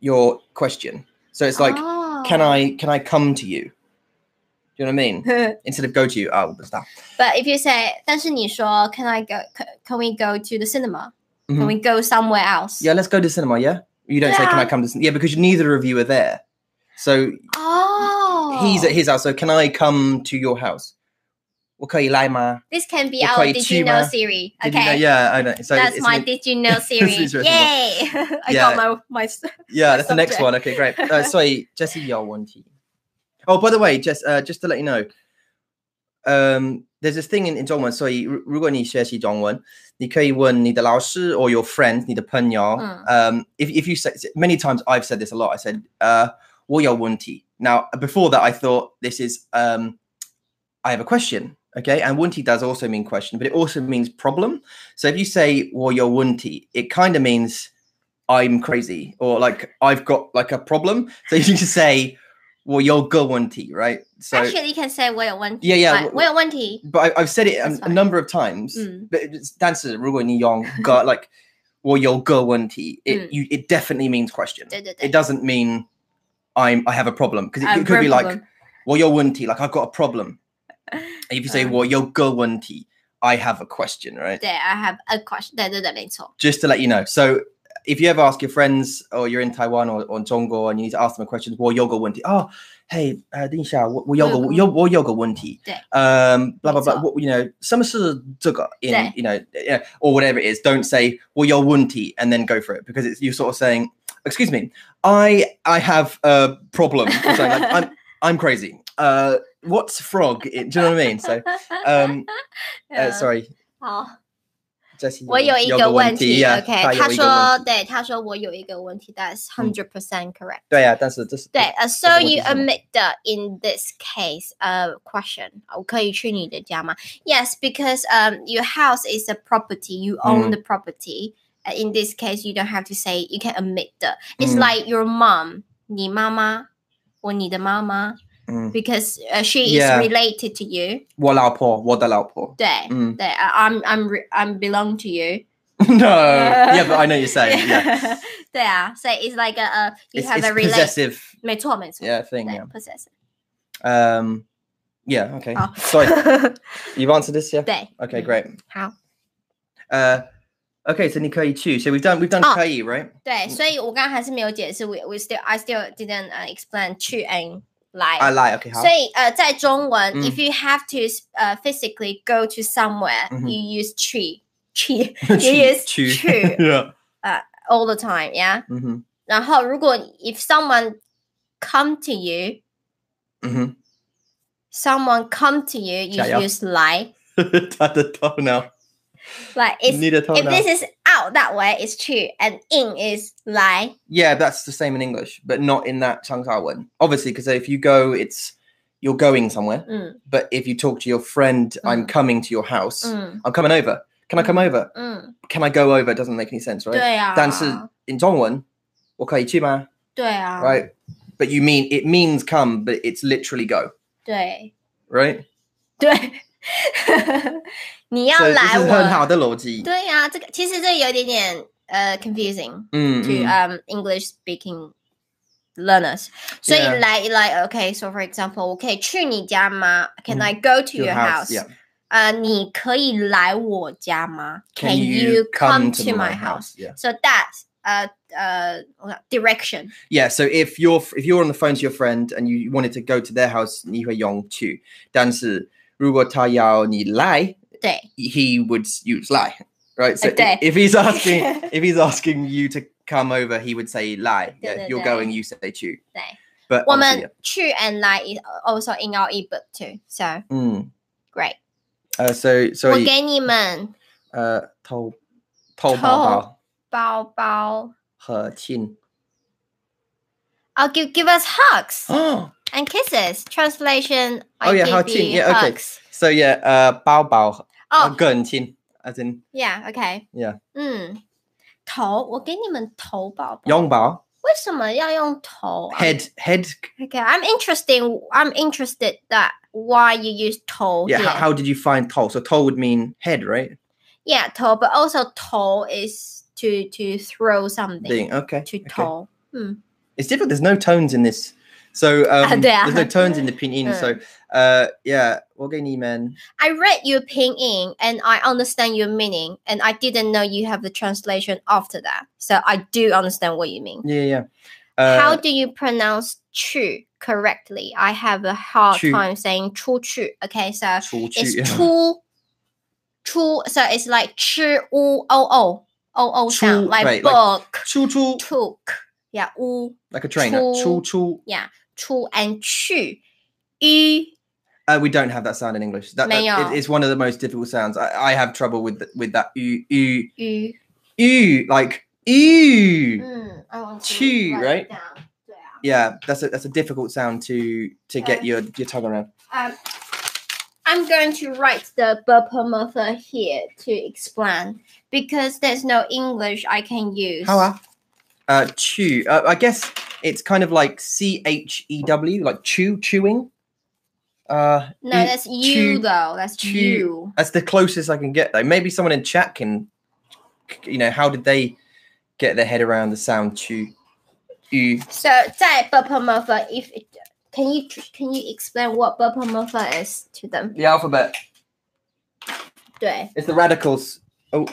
your question. So it's like,
Oh。
can I can I come to you? Do you know what I mean?
I?
Instead of go to you, oh, what's that?
But if you say，但是你说，Can I go? Can can we go to the cinema? Can
嗯
we go somewhere else?
Mm-hmm。 Yeah, let's go to cinema. Yeah, you don't say, can I
Yeah.
come to? cin-" Yeah, because neither of you are there. So
Oh.
he's at his house. So can I come to your house? 我可以来吗？
This can be
We're
our
quite
Did you
cheap,
know
uh,
series.
Did you know-
Okay.
Yeah, I know. So
That's
it's
my
an-
Did you know
It's
series.
a
Yay!
written
I
Yeah.
got my my.
Yeah,
My
that's the next
subject.
one. Okay, great. Uh, sorry, Jesse, your one to you. Oh, by the way, Jess, uh, just to let you know, um, there's this thing in, in 中文, so you, 如果你学习中文,你可以问你的老师 or your friend, 你的朋友,
嗯。
um, if, if you say, many times I've said this a lot, I said, uh, 我有问题. Now, before that, I thought this is, um, I have a question, okay? And 问题 does also mean question, but it also means problem. So if you say 我有问题, it kind of means I'm crazy or like I've got like a problem. So you just say 我有个问题, right? So
Actually, you can say 我有问题。
Yeah, yeah,
Like,
w-
我有问题。
but I, I've said it
That's
a, a
fine.
number of times.
Mm.
But it's dancer, 如果你用个 like 我有个问题, it
Mm.
you it definitely means question.
对对对。
It doesn't mean I'm I have a problem because it,
I'm
it could be
very
like
problem.
我有问题, like I've got a problem. If you say
Um.
我有个问题, I have a question, right?
对，I have a question. 对对对，没错。
Just to let you know. So if you ever ask your friends or you're in Taiwan or, or Zhongguo and you need to ask them a question, 我有个问题. Oh, hey, uh, 等一下,我有个问题.
对。
Um, blah, blah, blah.
没错。
What, you know, 什么是这个 in,
对。
you know, yeah, or whatever it is. Don't say 我有问题 and then go for it because it's, you're sort of saying, excuse me, I, I have a problem. Or something like, I'm, I'm crazy. Uh, what's frog? in- do you know what I mean? So, um, uh, sorry,
好，
Jesse.
我有一个问题
yeah,
o k 他说，对，他说我有一个问题，That's hundred percent correct。
对呀、啊，但是这是
对呃 s o
问题
you
是什么
admit that in this case, uh, question，我可以去你的家吗？Yes, because um, your house is a property, you
嗯
own the property. Uh, In this case, you don't have to say you can admit that. It's
嗯
like your mom, 你妈妈或你的妈妈，because uh, she is
Yeah.
related to you.
嗯，我老婆，我的老婆。
对，
嗯
对，I- I'm I'm re- I'm belong to you.
no, yeah, but I know what you're saying. Yeah,
对啊，所以 it's like a, a you
it's,
have
it's
a relation，
possessive,
没错没错
yeah, thing.
对
Yeah.
possessive，
Um, yeah. Okay.
好
Sorry, you've answered this. Yeah.
对
Okay.
嗯
Great.
好。
Uh, okay. So 你可以去. So we've done we've done
哦。
可以, right?
对，
嗯
所以我刚刚还是没有解释，we we still I still didn't、uh, explain 去 and
I Mm.
来。
lie. Okay. 好。
所以呃，在中文、
嗯
i f you have to 呃、physically go to somewhere，、
嗯哼
you use去 去
去-
is
去。
去。
Yeah.
all the time，yeah。
Mhm,
然后如果 if someone come to you，someone
mhm.
come to you，you
加油
use 来
他的头脑，
like it's if
你的头脑。
this is out that way, it's true, and in is lie.
Yeah, that's the same in English, but not in that Changsha one. Obviously, because if you go, it's you're going somewhere.
嗯
But if you talk to your friend, I'm
Mm.
coming to your house.
嗯
I'm coming over. Can I come over?
嗯，
Can I go over? It doesn't make any sense, right?
mm. 对啊，
但是 In Dongwon, "我可以去吗?"
对啊，
right? But you mean it means come, but it's literally go,
对
right?
对，你要
So
来
this is
我，
很好的逻辑。
对啊，这个其实这有一点点呃 confusing
嗯，
to
嗯，
um English speaking learners，所以
Yeah.
来来 OK，so for example，我可以去你家吗？Can
嗯
I go to
Mm. your
your
house,
house？
yeah.
呃，你可以来我家吗
Can you come
come to
to
my
my
house？
house? Yeah.
So that's uh uh what- direction.
Yeah, so if you're if you're on the phone to your friend and you wanted to go to their house, 你会用去。但是如果他要你来，
对
he would use lie, right? So
Uh, 对。
if, if he's asking if he's asking you to come over, he would say lie. Yeah, you're
对，对，对。
going, you say chu.
对，
But
我
obviously,
们去 and like is also in our ebook too. So
yeah. Mm.
great.
Uh, so
我
sorry.
给你们
Uh,
偷。包包。I'll give give us hugs
Oh.
and kisses. Translation.
Oh,
I
yeah,
give
好亲
you
，yeah, okay.
hugs.
So yeah, uh, 包包
Oh
更亲 as in
yeah, okay.
Yeah.
嗯，头，我给你们头包包。
拥抱
为什么要用头啊
head head
Okay, I'm interesting. I'm interested that why you use toe.
Yeah,
here.
how, how did you find toll? So toll would mean head, right?
yeah, toe, but also toe is to to throw something
Thing. Okay.
to
uh, okay.
toe.
It's difficult. There's no tones in this. So um,
yeah.
there's no tones in the pinyin. So uh, yeah, Wogeni man.
I read your pinyin and I understand your meaning, and I didn't know you have the translation after that. So I do understand what you mean.
Yeah, yeah. Uh,
how do you pronounce chu correctly? I have a hard
去.
time saying chu chu. Okay, so
出去
it's chu chu. So it's like chu oo oo oo sound
Chu,
like
right, like-
book.
出出
took yeah u
like a trainer.
出。
出出
yeah chu and chu yu
Uh, we don't have that sound in English. That, that-
Mayo.
it- it's one of the most difficult sounds. I, I have trouble with th- with that ooh ooh
yu
ooh like ooh.
mm, I want to
Chu,
write it
right?
down. Yeah.
Yeah, that's a that's a difficult sound to to
Uh,
get your your tongue around.
Um, I'm going to write the Burpa method here to explain because there's no English I can use.
How are? Uh, chew. Uh, I guess it's kind of like C H E W, like chew, chewing. Uh,
no,
Mm,
that's you
chu-
though. That's
chu-
you.
that's the closest I can get though. Maybe someone in chat can, you know, how did they get their head around the sound chew? Ew.
So, 在 Burpa method, if it, can you can you explain what Burpa method is to them?
The alphabet.
对，
It's the radicals. Oh,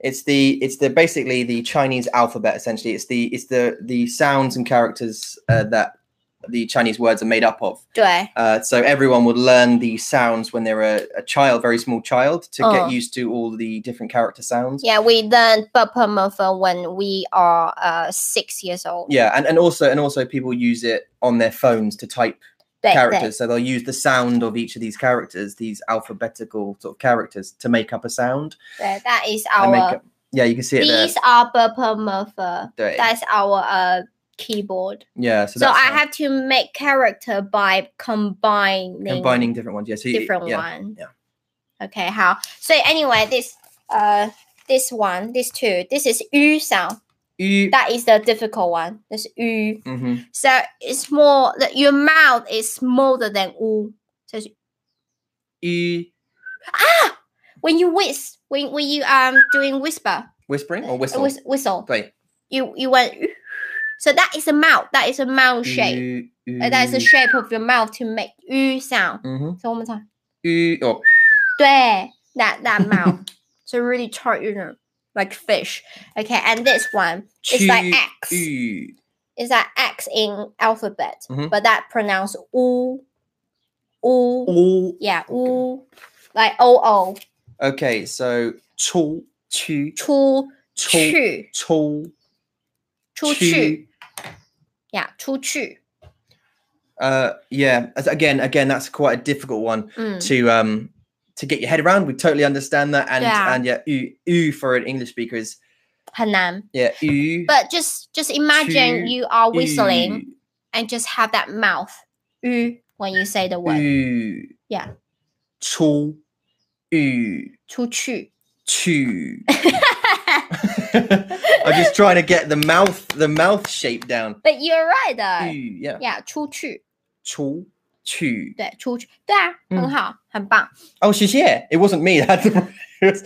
It's the it's the basically the Chinese alphabet essentially. It's the it's the the sounds and characters uh, that the Chinese words are made up of.
对
Uh, so everyone would learn the sounds when they're a, a child, very small child, to
Oh.
get used to all the different character sounds.
，Yeah, we learn b p m f when we are uh six years old.
Yeah, and, and also and also people use it on their phones to type
对对
characters. So they'll use the sound of each of these characters, these alphabetical sort of characters, to make up a sound.
对，That is
and make
our
up- yeah, you can see it there.
these are b p m f.
There it is.
That's our uh keyboard.
Yeah, so,
So
that's
I
how-
have to make character by combining
combining different ones. Yeah, so you-
different
yeah,
one.
yeah.
Okay, how? So anyway, this uh this one, this two, this is u sound.
You,
That is the difficult one. This u.
Mhm.
So it's more that your mouth is smaller than u. So it's,
you
ah, when you whis, when when you um doing whisper,
whispering or whistle.
whis- whistle,
Wait.
you you went. "Ooh." So that is a mouth. That is a mouth shape. Uh, that is the shape of your mouth to make u sound.
Mm-hmm. oh,
So one more time.
or
对, that that mouth. so really tart, you know, like fish. Okay, and this one is like X.
you.
It's like X in alphabet,
Mhm.
but that pronounced u, u.
All
Yeah, u, like o o.
okay. So tall, chu,
出
tall,
去
tall,
出去 Yeah, 出去。
Uh, yeah. as- Again, again, that's quite a difficult one
嗯，
to um to get your head around. We totally understand that, and
Yeah.
and yeah, ooh, ooh for an English speaker is
很难。
yeah, ooh.
But just just imagine
去
you are whistling
ooh,
and just have that mouth 嗯 when you say the word
ooh.
Yeah.
Tall, ooh,
出去。
chu. I'm just trying to get the mouth the mouth shape down.
But you're right 的。
Ooh, yeah.
yeah，出去，
Tall, chu.
对，出去，对啊，
嗯
很好，很棒。
Oh, she's here. It wasn't me. That's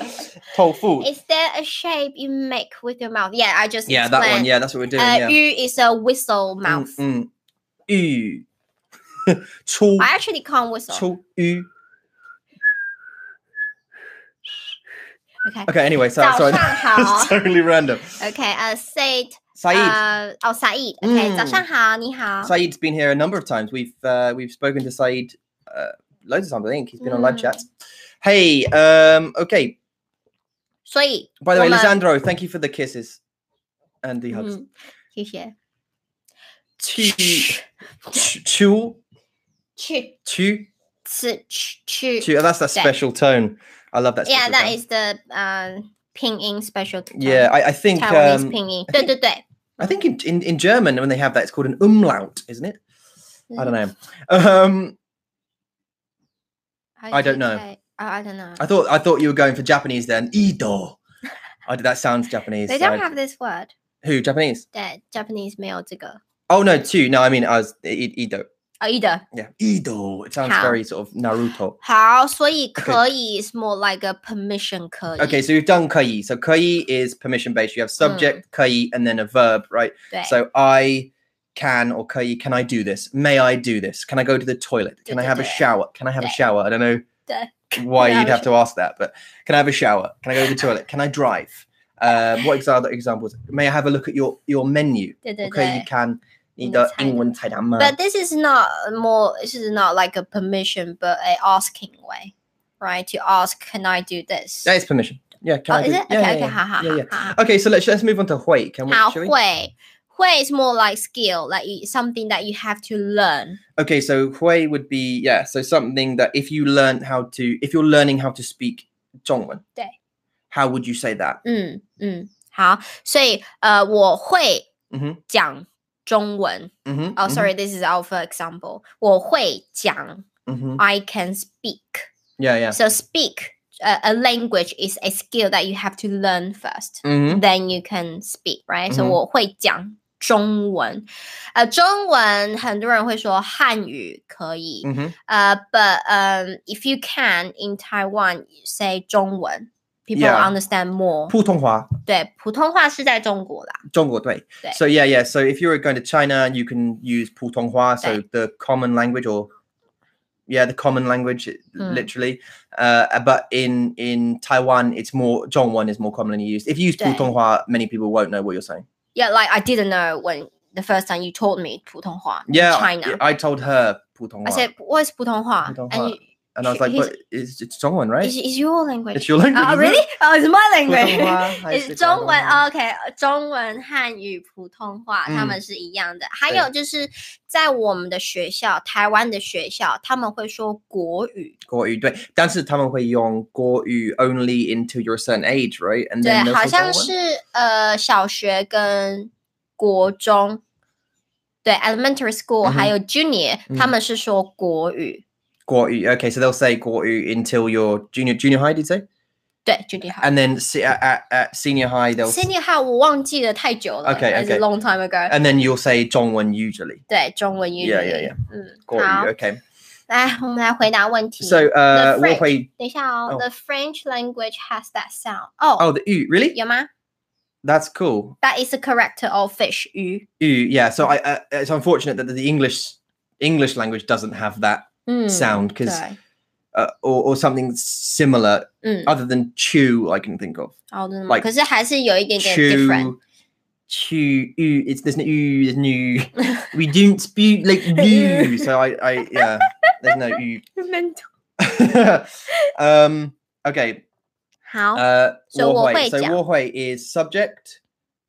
told fool.
Is there a shape you make with your mouth? Yeah, I just
Yeah, that one.
explained.
Yeah, that's what we're doing.
Uh,
yeah.
U is a whistle mouth.
Mm, mm. Ooh. Tall,
I actually can't whistle.
tall, ooh.
Okay.
Okay, anyway, sorry, sorry. That's
早上好。
totally random.
Okay. Uh, say it.
Saeed.
Uh, oh, Said. Okay. 早
嗯
上好，你好。
Saeed's been here a number of times. We've uh, we've spoken to Saeed uh, loads of times, I think. He's been on live
Mm.
chats. Hey, um, okay.
所以，
By the way,
Woman. Mm-hmm.
Lisandro, thank you for the kisses and the hugs.
嗯，谢谢。
Chu, chu,
去
chu,
吃去去。
chu. Oh, that's that
Yeah.
special tone. I love that.
Yeah,
special
that
tone.
is the uh, pinyin special.
Yeah, I, I think
Taiwanese
um,
pinyin.
I
对
think-
对对。
I think in, in, in German when they have that, it's called an umlaut, isn't it? I don't know.
Mm.
Um,
How
I
do
don't
you
know.
say- Oh, I don't know.
I thought I thought you were going for Japanese then. Ido. I did that sounds Japanese.
They
so
don't
I-
have this word.
who Japanese?
that Japanese 没有这个
Oh no, two. No, I mean I was I- Ido.
啊，either、e
Yeah, Ido. It sounds
How?
very sort of Naruto.
好，所以
Okay.
可以 is more like a permission 可以。
Okay, so we've done kai. So kai is permission based. You have
Hmm.
subject kai and then a verb, right?
对
So I can or kai can I do this? May I do this? Can I go to the toilet? Can I have a
对，对，对。
shower? Can I have a
对。
shower? I don't know
对。
why
Can I
you'd have
have a
to ask that, but can I have a shower? Can I go to the toilet? Can I drive? Uh, what ex- other examples? May I have a look at your your menu?
对对
Okay, you
对。
can. uh,
你的菜单。But this is not more. This is not like a permission, but a asking way, right? To ask, can I do this?
That is permission. Yeah, can
oh,
I
is
do-
it?
Yeah,
okay,
yeah,
okay, 好好
yeah, yeah.
好
Okay, so let's let's move on to Hui. Can we?
好好
shall we?
好会会 is more like skill, like you- something that you have to learn.
Okay, so Hui would be yeah. So something that if you learn how to, if you're learning how to speak Zhongwen,
对。
how would you say that?
嗯嗯，Mm, 好，所以呃，我会
嗯哼
讲中文。
Mm-hmm,
Oh, sorry, this is our first example. 我会讲,
hmm
I can speak.
Yeah, yeah.
So speak, uh, a language is a skill that you have to learn 1st
Mm-hmm.
Then you can speak, right? So
嗯哼。
我会讲中文。呃，中文很多人会说汉语可以，呃、mm
Mm-hmm.
but um, if you can in Taiwan, you say 中文。People
Yeah.
understand more.
普通话。
对，普通话是在中国啦。对，
中国对。
对。
So yeah, yeah. So if you're going to China, you can use Putonghua, so the common language or yeah, the common language, it-
Mm.
literally. Uh, but in in Taiwan, it's more Zhongwan is more commonly used. If you use
对
Putonghua, many people won't know what you're saying.
Yeah, like I didn't know when the first time you told me 普通话 in
Yeah,
China.
I, I told her Putonghua,
I said, what is 普通话? And
普通话.
you,
and I was
she-
like,
he's-
"But it's it's Zhongwan, right?
it's, it's your language.
It's your language,
Oh,
isn't
really? Oh, it's my language.
普通话还是
It's 中文
广东话
，OK，中文、汉语、普通话，他
嗯
们是一样的。还
对
有就是在我们的学校，台湾的学校，他们会说国语，
国语对，但是他们会用国语 only into your certain age, right? And
对
then，they'll
好
say
像
中文
是呃小学跟国中，对 elementary school 还
嗯哼
有 junior，他
嗯
们是说国语，
国语. Okay, so they'll say 国语 until your junior junior high, did you say?
对 junior high。
And then se- at, at, at senior high, they'll s-
Senior high 我忘记了太久了
Okay,
it's
okay.
a long time ago。
and then you'll say 中文 usually.
对，中文
Yeah,
usually，
yeah, yeah.
嗯，好
国语, okay.
来，我们来回答问题。
So uh, 我
French.
会
等一下哦、
哦
t h e French language has that sound 哦、
oh the 语 really?
有吗
That's cool.
？That is the character of fish 鱼。
语 yeah. So I uh, it's unfortunate that the English English language doesn't have that
嗯
sound
对
because，uh, or, or something similar
嗯，
other than chew I can think of.
好哦的吗？
like
可是还是有一点点
chew,
different。
chew, ooh, it's there's no ooh, there's no oo. we don't spew like ooh. So I, I, yeah, there's no ooh. um, okay.
好，
Uh,
So
我会. So
我会讲。
wohui is subject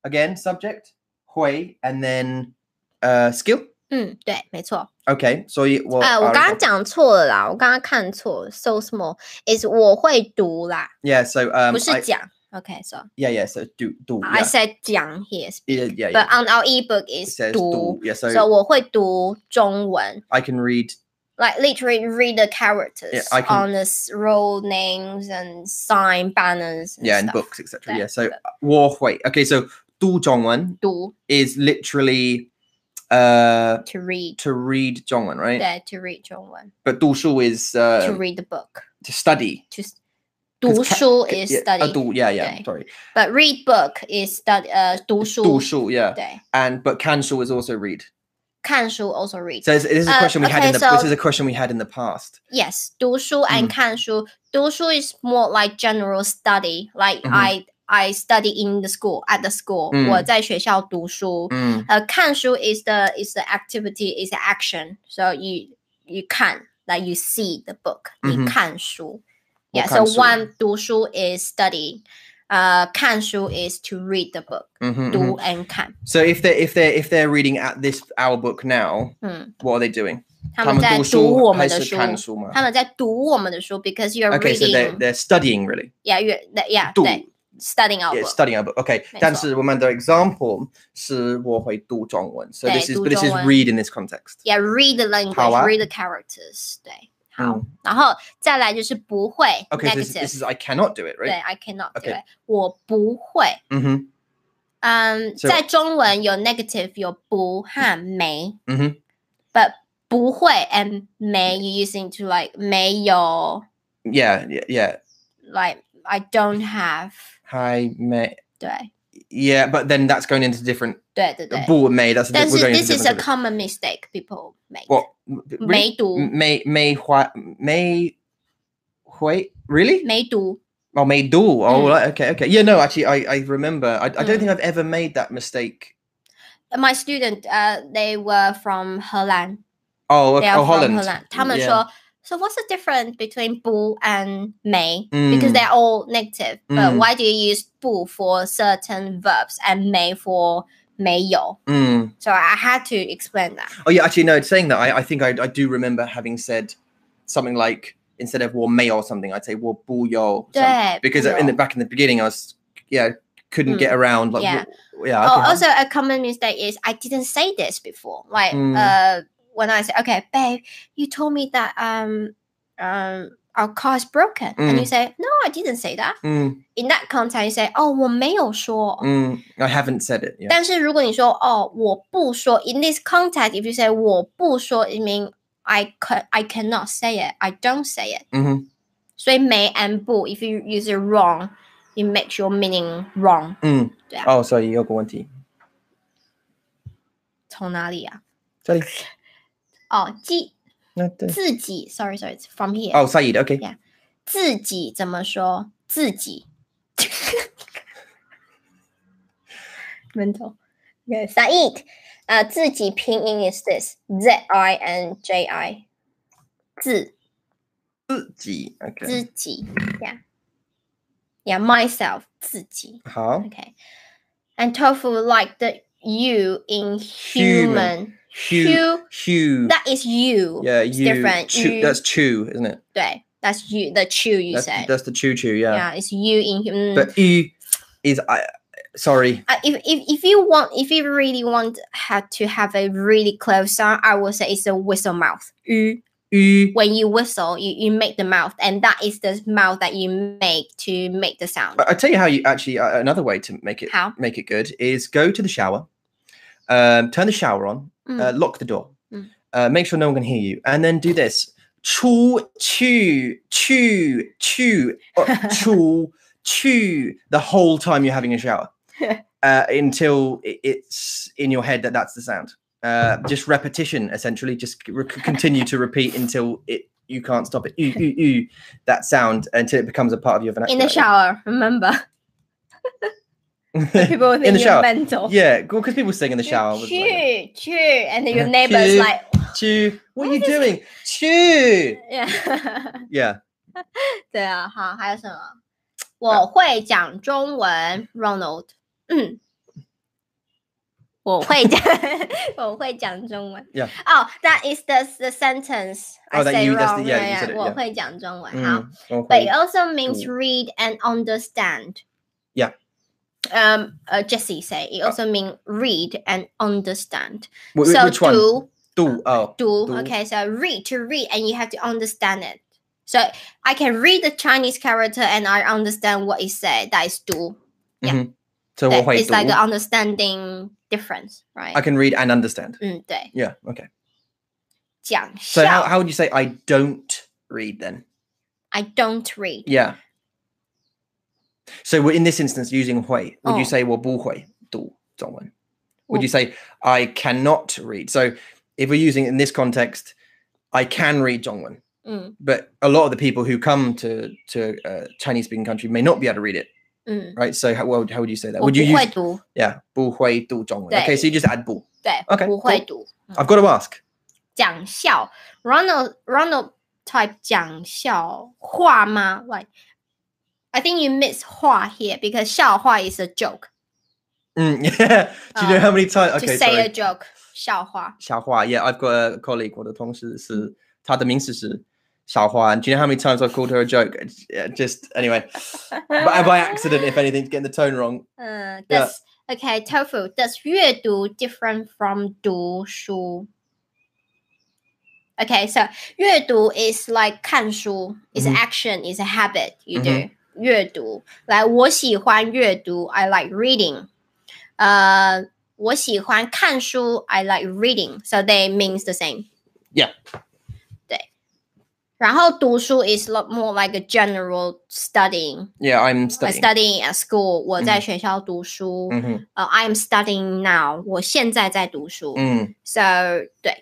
again, subject hui, and then uh, skill.
嗯，对，没错。
Okay, so you.
呃，我刚刚讲错了啦，我刚刚看错了，so small is 我会读啦，
Yeah, so um,
不是
I,
讲。OK，so
yeah, yeah, so do do.
I
Yeah,
said 讲 here，but
yeah, yeah. yeah.
on our ebook
It
is
says
读
do. Yeah, so,
，so 我会读中文。
I can read.
like literally read the characters
I can-
on this road names and sign banners. And
Yeah, and
stuff.
books, etc.
Yeah,
Yeah, so wohui. Okay, so do zhongwen
读
is literally uh
to read.
to read Zhongwen, right?
Yeah, to read 中文.
But Dushu is
to
uh
read the book.
to study.
To s- 读
'Cause ca-
书 is
yeah, uh,
study,
du- yeah, yeah,
Okay.
sorry.
but read book is uh, study. 呃，读书
Dushu, yeah.
对，
And but Kanshu is also read.
看书 also read.
So this, this is a
Uh,
question we had in
okay,
the this
so-
is a question we had in the past.
yes, 读书
Mm.
and 看书.读书 is more like general study. Like
Mhm.
I I study in the school at the school.
嗯
我在学校读书。
Mm,
呃，看书 is the is the activity is the action. So you you 看 like you see the book. 你
嗯哼
看书。
我
Yeah. So
看书
one 读书 is study. 呃，看书 is to read the book.
mhm,
读
mhm.
and 看。
So if they're if they're if they're reading at this our book now,
嗯，
what are they doing?
他们在读我们的书。
他们读书还是看书吗？
他们在读我们的书，because you're
Okay, so they're
reading，yeah，
they're studying really.
you're that- yeah，
读
对，studying our
yeah,
book，
studying our book. Okay,
没错。
但是我们的 example 是我会读中文. So this is but this is
对，读中文。
read in this context.
Yeah, read the language,
好啊
read the characters. 对，好，
Mm.
然后再来就是不会
Okay, so this,
negative，
this is I cannot do it,
对
right?
，I cannot do
Okay.
it，我不会。
hmm
嗯，
So-
Um，在中文有 negative 有不和没
Mhm.
，but 不会 and 没 you using to like 没有
Yeah, yeah, yeah.
like I don't have，
Hi, me.
对
Yeah, but then that's going into different.
对对对。
Ball May. That's a, di-
但是
we're going
this
into
is a
different. subject.
common mistake people make.
What? m- really?
梅毒，
May May Hua May. Wait, really?
梅毒，
Oh, May Do. Oh,
Mm.
right, okay, okay. Yeah, no, actually, I, I remember. I, I
Mm.
don't think I've ever made that mistake.
My student, uh, they were from 荷兰
Oh,
they
okay.
are
oh,
from
Holland.
Holland. 他们
Yeah.
说，So what's the difference between 不 and 没？Because
嗯
they're all negative. But
嗯
why do you use 不 for certain verbs and 没 for 没有
Mm.
So I had to explain that.
Oh yeah, actually no. It's saying that I, I think I, I do remember having said something like instead of "war may" or something, I'd say "war bu yo"
对，
because in the back in the beginning I was yeah couldn't get around like
Mm. yeah.
wa- yeah. I
Oh,
think I-
also a common mistake is I didn't say this before. Like
Mm.
uh, when I say, okay, babe, you told me that um um our car is broken, and you
Mm.
say, no, I didn't say that.
Mm,
In that context, you say, oh, 我没有说。
mm, I haven't said it. Yeah.
但是如果你说哦，我不说，in this context, if you say 我不说，it mean I can I cannot say it, I don't say it.
hmm
所以没 and 不，if you use it wrong, it makes your meaning wrong.
Mm.
Yeah.
Oh, sorry, you one tea.
从哪里啊？
Sorry.
哦，鸡
No, don't-
自己，sorry sorry, it's from here，、
Oh, Saeed. Okay.
Yeah. 自己怎么说？自己。mental. Okay, Said. 呃，自己拼音 is this Z I N J I，自
自己. Okay.
自己，yeah, yeah, myself 自己
好。
，okay. And tofu like the you in human,
Human. Hue.
Hue.
Hue.
that is you.
yeah,
it's
you.
different.
Chew,
you-
That's chew, isn't it?
对，that's you. The chew you
That's,
said.
that's the choo choo. Yeah.
yeah. it's you in human.
But e is I. Sorry.
uh, if, if if you want if you really want have to have a really close sound, I would say it's a whistle mouth.
E.
When you whistle, you, you make the mouth, and that is the mouth that you make to make the sound.
I I tell you how you actually uh, another way to make it
How?
make it good is go to the shower, um, turn the shower on,
Mm.
uh, lock the door,
Mm.
uh, make sure no one can hear you, and then do this: choo choo choo choo or choo choo the whole time you're having a shower uh, until i- it's in your head that that's the sound. Uh, just repetition, essentially. Just c- re- continue to repeat until it you can't stop it. Ooh, ooh, ooh, that sound until it becomes a part of your vernacular.
in the shower, remember? People will think
the
you're
shower.
mental.
Yeah, because people sing in the
You
shower. wasn't it?
Chew, chew, and then your
Yeah,
neighbor's
chew.
like,
Chew. What are
Why
you
does it-
doing? Chew.
yeah.
Yeah.
对啊，好，还有什么？我会讲中文，Ronald。嗯，我会讲， 我会讲中文。
Yeah.
Oh, that is the the sentence. I
Oh, that
say
you- that's the- yeah,
wrong.
you
yeah,
said it,
我
yeah.
会讲中文。好。
Mm, okay.
But it also means
Cool.
read and understand.
mm. Yeah.
Um, uh, Jesse say it also mean read and understand.
Wh- wh-
so
which one?
do
Do. Oh.
do.
Do.
Okay, so read to read, and you have to understand it. So I can read the Chinese character, and I understand what it said. That is do.
So
That
what way
it's like
do?
the understanding difference, right? Mm,
I can read and understand.
嗯，对，
Yeah. Okay.
讲
So how,
笑
how would you say I don't read then?
I don't read.
Yeah. So we're in this instance using hui. Would
Oh.
you say 我不会 do 中文?
Oh.
Would you say I cannot read? So if we're using it in this context, I can read 中文.
嗯
but a lot of the people who come to to uh, Chinese speaking country may not be able to read it,
嗯，
right? So how, well, how would you say that?
我
Would
不
you
会
use
读，
yeah 不会读中文? Okay, so you just add 不.
对
Okay,
不会
cool.
读。嗯
I've got to ask.
讲笑，Ronald Ronald type 讲笑话吗？Like I think you miss 话 here because 笑话 is a joke.
Mm, yeah. Do you know
Um,
how many times?
to
Okay,
say a
sorry.
joke 笑话
Xiaohua. Yeah, I've got a colleague. 我的同事是她的名字是小花. And do you know how many times I've called her a joke? It's- yeah, Just anyway, by, by accident, if anything, to get the tone wrong.
嗯 d o
Yeah.
e s OK tofu does 阅读 different from 读书？OK, so 阅读 is like 看书，is
嗯
action, is a habit you
嗯
do.
Mm-hmm.
阅读，来，我喜欢阅读，I like reading. 呃、我喜欢看书，I like reading. So they means the same.
Yeah.
对。然后读书 is lot more like a general studying.
Yeah, I'm
I
studying.
studying at school. 我在
嗯
学校读书。
Mhm,
呃、i am studying now. 我现在在读书。
mm.
So 对。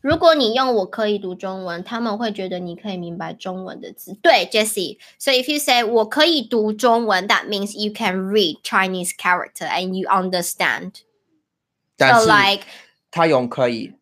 如果你用我可以读中文，他们会觉得你可以明白中文的字。对，Jesse。So if you say 我可以读中文，that means you can read Chinese character and you understand. So
但是
like
她用可以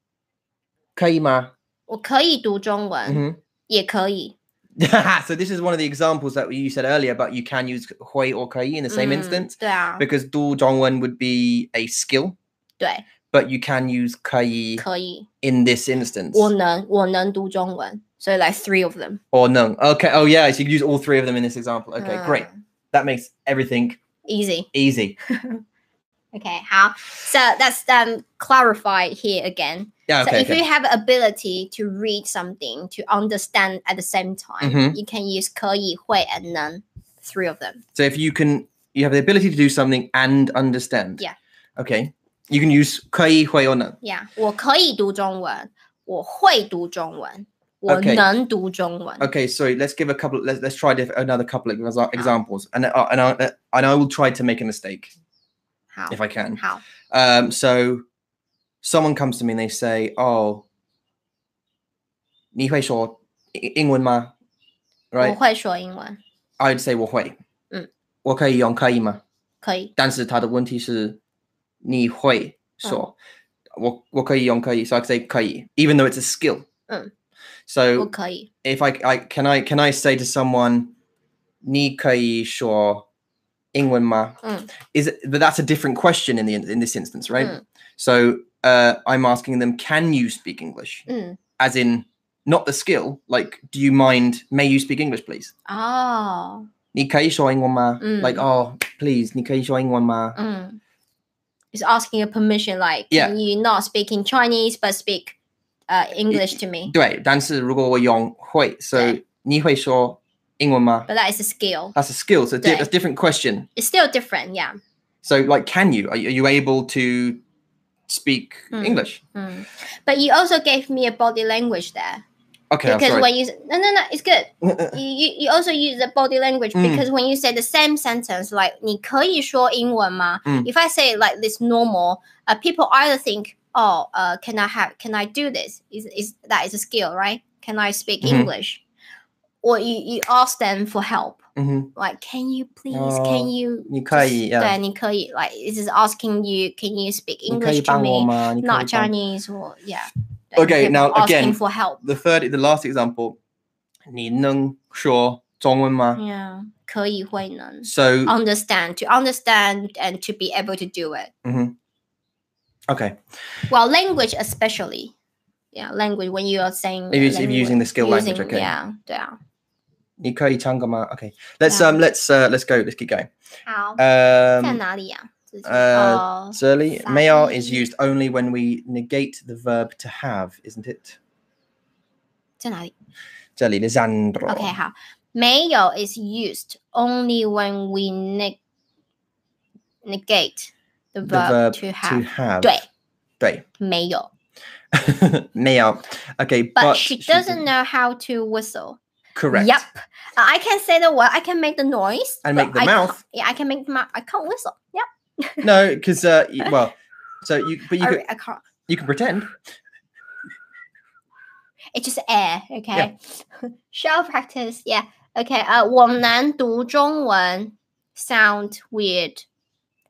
-可以吗？
我可以读中文，
Mhm.
也可以。
so this is one of the examples that you said earlier about you can use hui or kai in the same
嗯
instance
对啊，
because du zhongwen would be a skill
对，
but you can use kai
可以。
in this instance
我能，我能读中文，所以 like three of them.
or nung okay oh yeah so you can use all three of them in this example okay great
嗯
that makes everything
Easy.
easy
Okay, how? So that's um clarified here again.
yeah
so
okay,
if you have ability to read something to understand at the same time,
Mhm.
you can use 可以、会 and 能 three of them.
so if you can you have the ability to do something and understand
Yeah.
okay you can use kai hui or nung
Yeah，我可以读中文，我会读中文，我
Okay.
能读中文。
Okay, so let's give a couple. Let's let's try diff- another couple of
Ah.
exa- examples, and uh, and I and I will try to make a mistake
好
if I can.
好
Um, so someone comes to me and they say, "Oh, 你会说英文吗?" Right?
我会说英文，
I'd say 我会。
嗯。
我可以用可以吗？
可以，
但是他的问题是你会说，我我可以用可以，so I say 可以，even though it's a skill。
嗯。我
So
可以，
if I I can I can I say to someone, 你可以说英文吗？
嗯
Is it, but that's a different question in the in this instance, right?
嗯
So uh, I'm asking them, can you speak English?
嗯，
As in, not the skill. Like, do you mind? May you speak English, please?
哦，
你可以说英文吗？
嗯。
Like, oh, please, 你可以说英文吗？
嗯，it's asking you permission, like
Yeah.
can you not speak in Chinese but speak uh English to me?
对，但是如果我用会，so
对。
你会说英文吗？
But that is a skill.
That's a skill. So di-
对。
that's a different question.
It's still different, yeah.
So like, can you? Are you, are you able to speak
嗯。
English?
Mm. But you also gave me a body language there
Okay, I'm
because
sorry.
when you no no no it's good you, you, you also use the body language
Mm.
because when you say the same sentence like 你可以说英文吗
Mm.
if I say it like this normal uh, people either think oh uh, can I have can I do this is is that is a skill right can I speak
Mhm.
English or you, you ask them for help
Mhm.
like can you please can
Oh,
you
你可以，
just-
yeah.
对你可以 like this is asking you can you speak English to me
你可以帮我吗？
not
你可以帮-
Chinese or yeah.
Okay,
people
now
asking
again-
for help.
The third, the last example. 你能说中文吗？
Yeah, 可以会能
So
understand to understand and to be able to do it.
okay,
Well, language especially. Yeah, language when you are saying
if, you- if you're using the skill language,
using-
okay.
Yeah, 对啊。
你可以唱歌吗？Okay, let's
Yeah.
um, let's uh, let's go, let's keep going.
好，
Um,
在哪里呀？自己，
呃，
哦，
Surly,
Fine.
mail is used only when we negate the verb to have, isn't it?
在哪里？
Surly, Lisandro.
Okay, 好。没有 is used only when we neg negate the
The
verb,
verb
to
To
have.
have. 对。
对，没有。
mail. Okay, but,
but, she doesn't know how to whistle.
Correct.
Yep. Uh, I can say the word. I can make the noise
And
but
make the
I can't-
mouth.
Yeah, I can make the mouth. I can't whistle. Yep.
No, because uh, y- well, so you but you
I,
could,
I can't.
you can pretend.
It's just air. Okay. Shall practice. Yeah. Okay. Uh, 我难读中文 sound weird.
奇怪。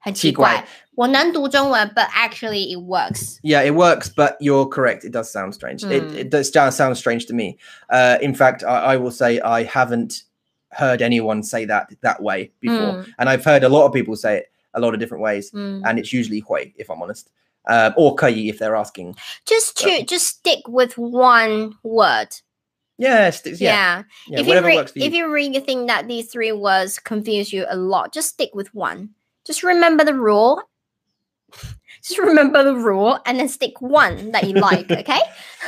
很奇怪。我难读中文, but actually it works.
Yeah, it works, but you're correct. It does sound strange.
Mm.
It, it does sound sound strange to me. Uh, in fact, I, I will say I haven't heard anyone say that that way before,
Mm.
and I've heard a lot of people say it a lot of different ways.
Mm.
and it's usually hui if I'm honest, um, or kai if they're asking.
Just to just stick with one word.
Yeah, sticks, yeah,
yeah.
yeah,
if
whatever
you re-
works for you.
if you really think that these three words confuse you a lot, just stick with one. Just remember the rule. Just remember the rule and then stick one that you like, okay?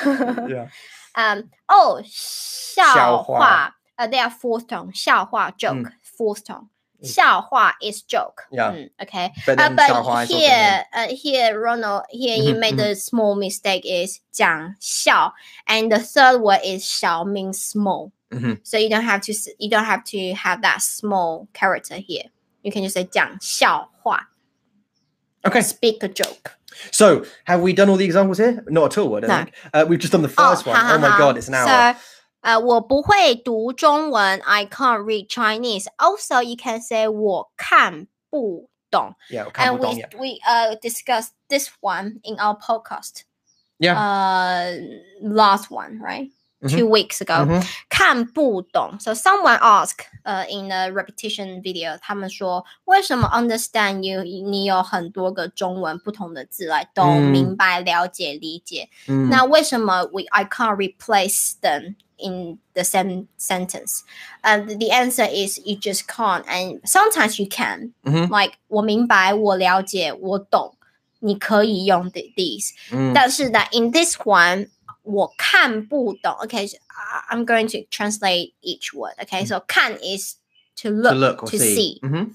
yeah.
um oh
笑话。
笑话. Uh, they are fourth tone. 笑话 joke. Fourth tone.
Mm.
笑话 is joke.
Yeah.
Mm, okay.
But
Uh,
then
but
Xiaohua is also
here, uh, here, Ronald, here you
Mhm,
made a small mistake. Is 讲笑, and the third word is 小 means small.
Mhm.
So you don't have to s- you don't have to have that small character here. You can just say 讲笑话,
okay.
speak a joke.
So have we done all the examples here? Not at all. I don't
No.
think. Uh, we've just done the first one. Oh my god, it's an hour.
So, uh, 我不会读中文, I can't read Chinese. Also, you can say 我看不懂.
yeah,
and
Campbell
we
yeah.
we uh discussed this one in our podcast.
Yeah.
Uh, last one, right?
Mhm.
Two weeks ago.
Mhm.
看不懂. So someone asked, uh, in a repetition video, 他们说为什么 understand you 你有很多个中文不同的字来懂、
嗯。
明白、了解、理解。
Mm.
那为什么 we I can't replace them in the same sentence? And the answer is you just can't, and sometimes you can.
Mhm.
Like 我明白，我了解，我懂，你可以用 the- these.
Mm.
That's that in this one 我看不懂. Okay, so I- I'm going to translate each word. Okay, so 看 is to look,
to look or
to
see.
see.
Mhm.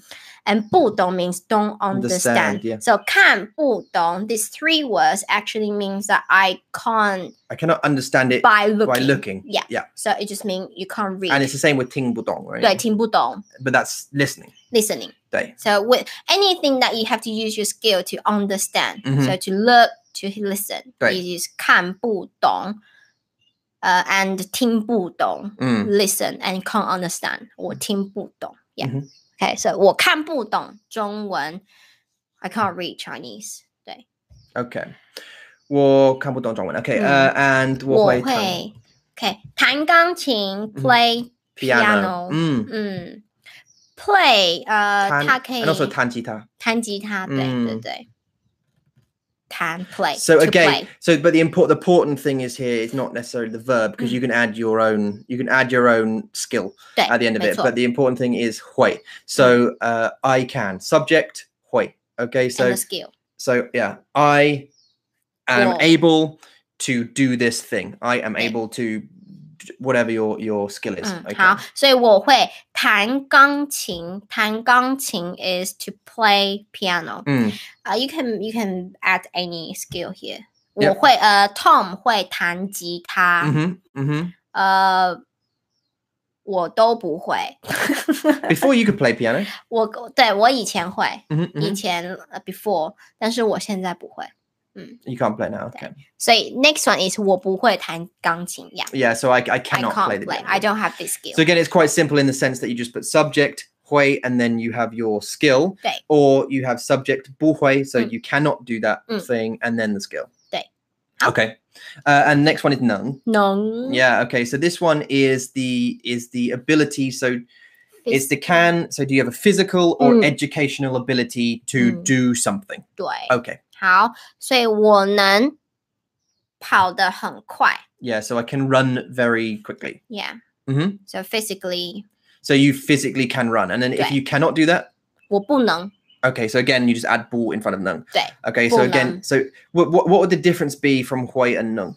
and 不懂 means don't
Understand,
understand.
yeah.
So 看不懂, these three words actually means that I can't
I cannot understand it
by looking.
by looking.
Yeah.
yeah.
So it just means you can't read.
And it's the same with ting budong, right?
对，听不懂
But that's listening.
listening.
对。
So with anything that you have to use your skill to understand.
Mhm.
So to look, to listen，
对
it is 看不懂，呃、and 听不懂、
嗯
listen and can't understand，我听不懂，yeah，、
嗯哼
okay，so 我看不懂中文，I can't read Chinese，对，
，OK，我看不懂中文，OK，呃，and
Mm.
uh, 我
我
会
会
弹
OK 弹钢
哼
琴，play
piano，Mm.
piano，Uh,
嗯
嗯，play 呃，
弹
它可以
，and also 弹吉他。
弹吉他，对对
嗯
对，弹 play
So
to
again,
play
so but the important the important thing is here is not necessarily the verb because
Mm.
you can add your own you can add your own skill
对
at the end of
没
it.
错
But the important thing is hui. So uh, I can subject hui. Okay,
and
so
the skill
so yeah, I am
Well-
able to do this thing. I am
Yeah.
able to d- whatever your your skill is.
嗯
okay.
好，所以我会弹钢琴，弹钢琴 is to play piano。
Mm,
呃、y o u can you can add any skill here。
Yep.
我会呃、t o m 会弹吉他
mhm, mhm.
呃，我都不会。
Before you could play piano.
我对我以前会，
Mhm,
以
mhm.
前呃 before，但是我现在不会。
You can't play now. Okay.
所以 next one is 我不会弹钢琴呀
Yeah. So I, I
，I
cannot play
can't
the
play,
piano.
I don't have this skill
So。again, it's quite simple in the sense that you just put subject hui and then you have your skill,
对
or you have subject bu hui, so
Mm.
you cannot do that
Mm.
thing and then the skill.
对。
Okay. Uh, and next one is none.
能
Yeah. Okay. So this one is the is the ability. So it's the can. So do you have a physical or
Mm.
educational ability to
Mm.
do something?
对
Okay.
好，所以我能跑得很快
Yeah. So I can run very quickly.
，yeah。
Mhm.
So physically，
So you physically can run, and then if
Right.
you cannot do that,
我不能
Okay, so again, you just add bu in front of nung.
对
Okay, so
bu
again,
nung.
so what, what what would the difference be from hui and nung?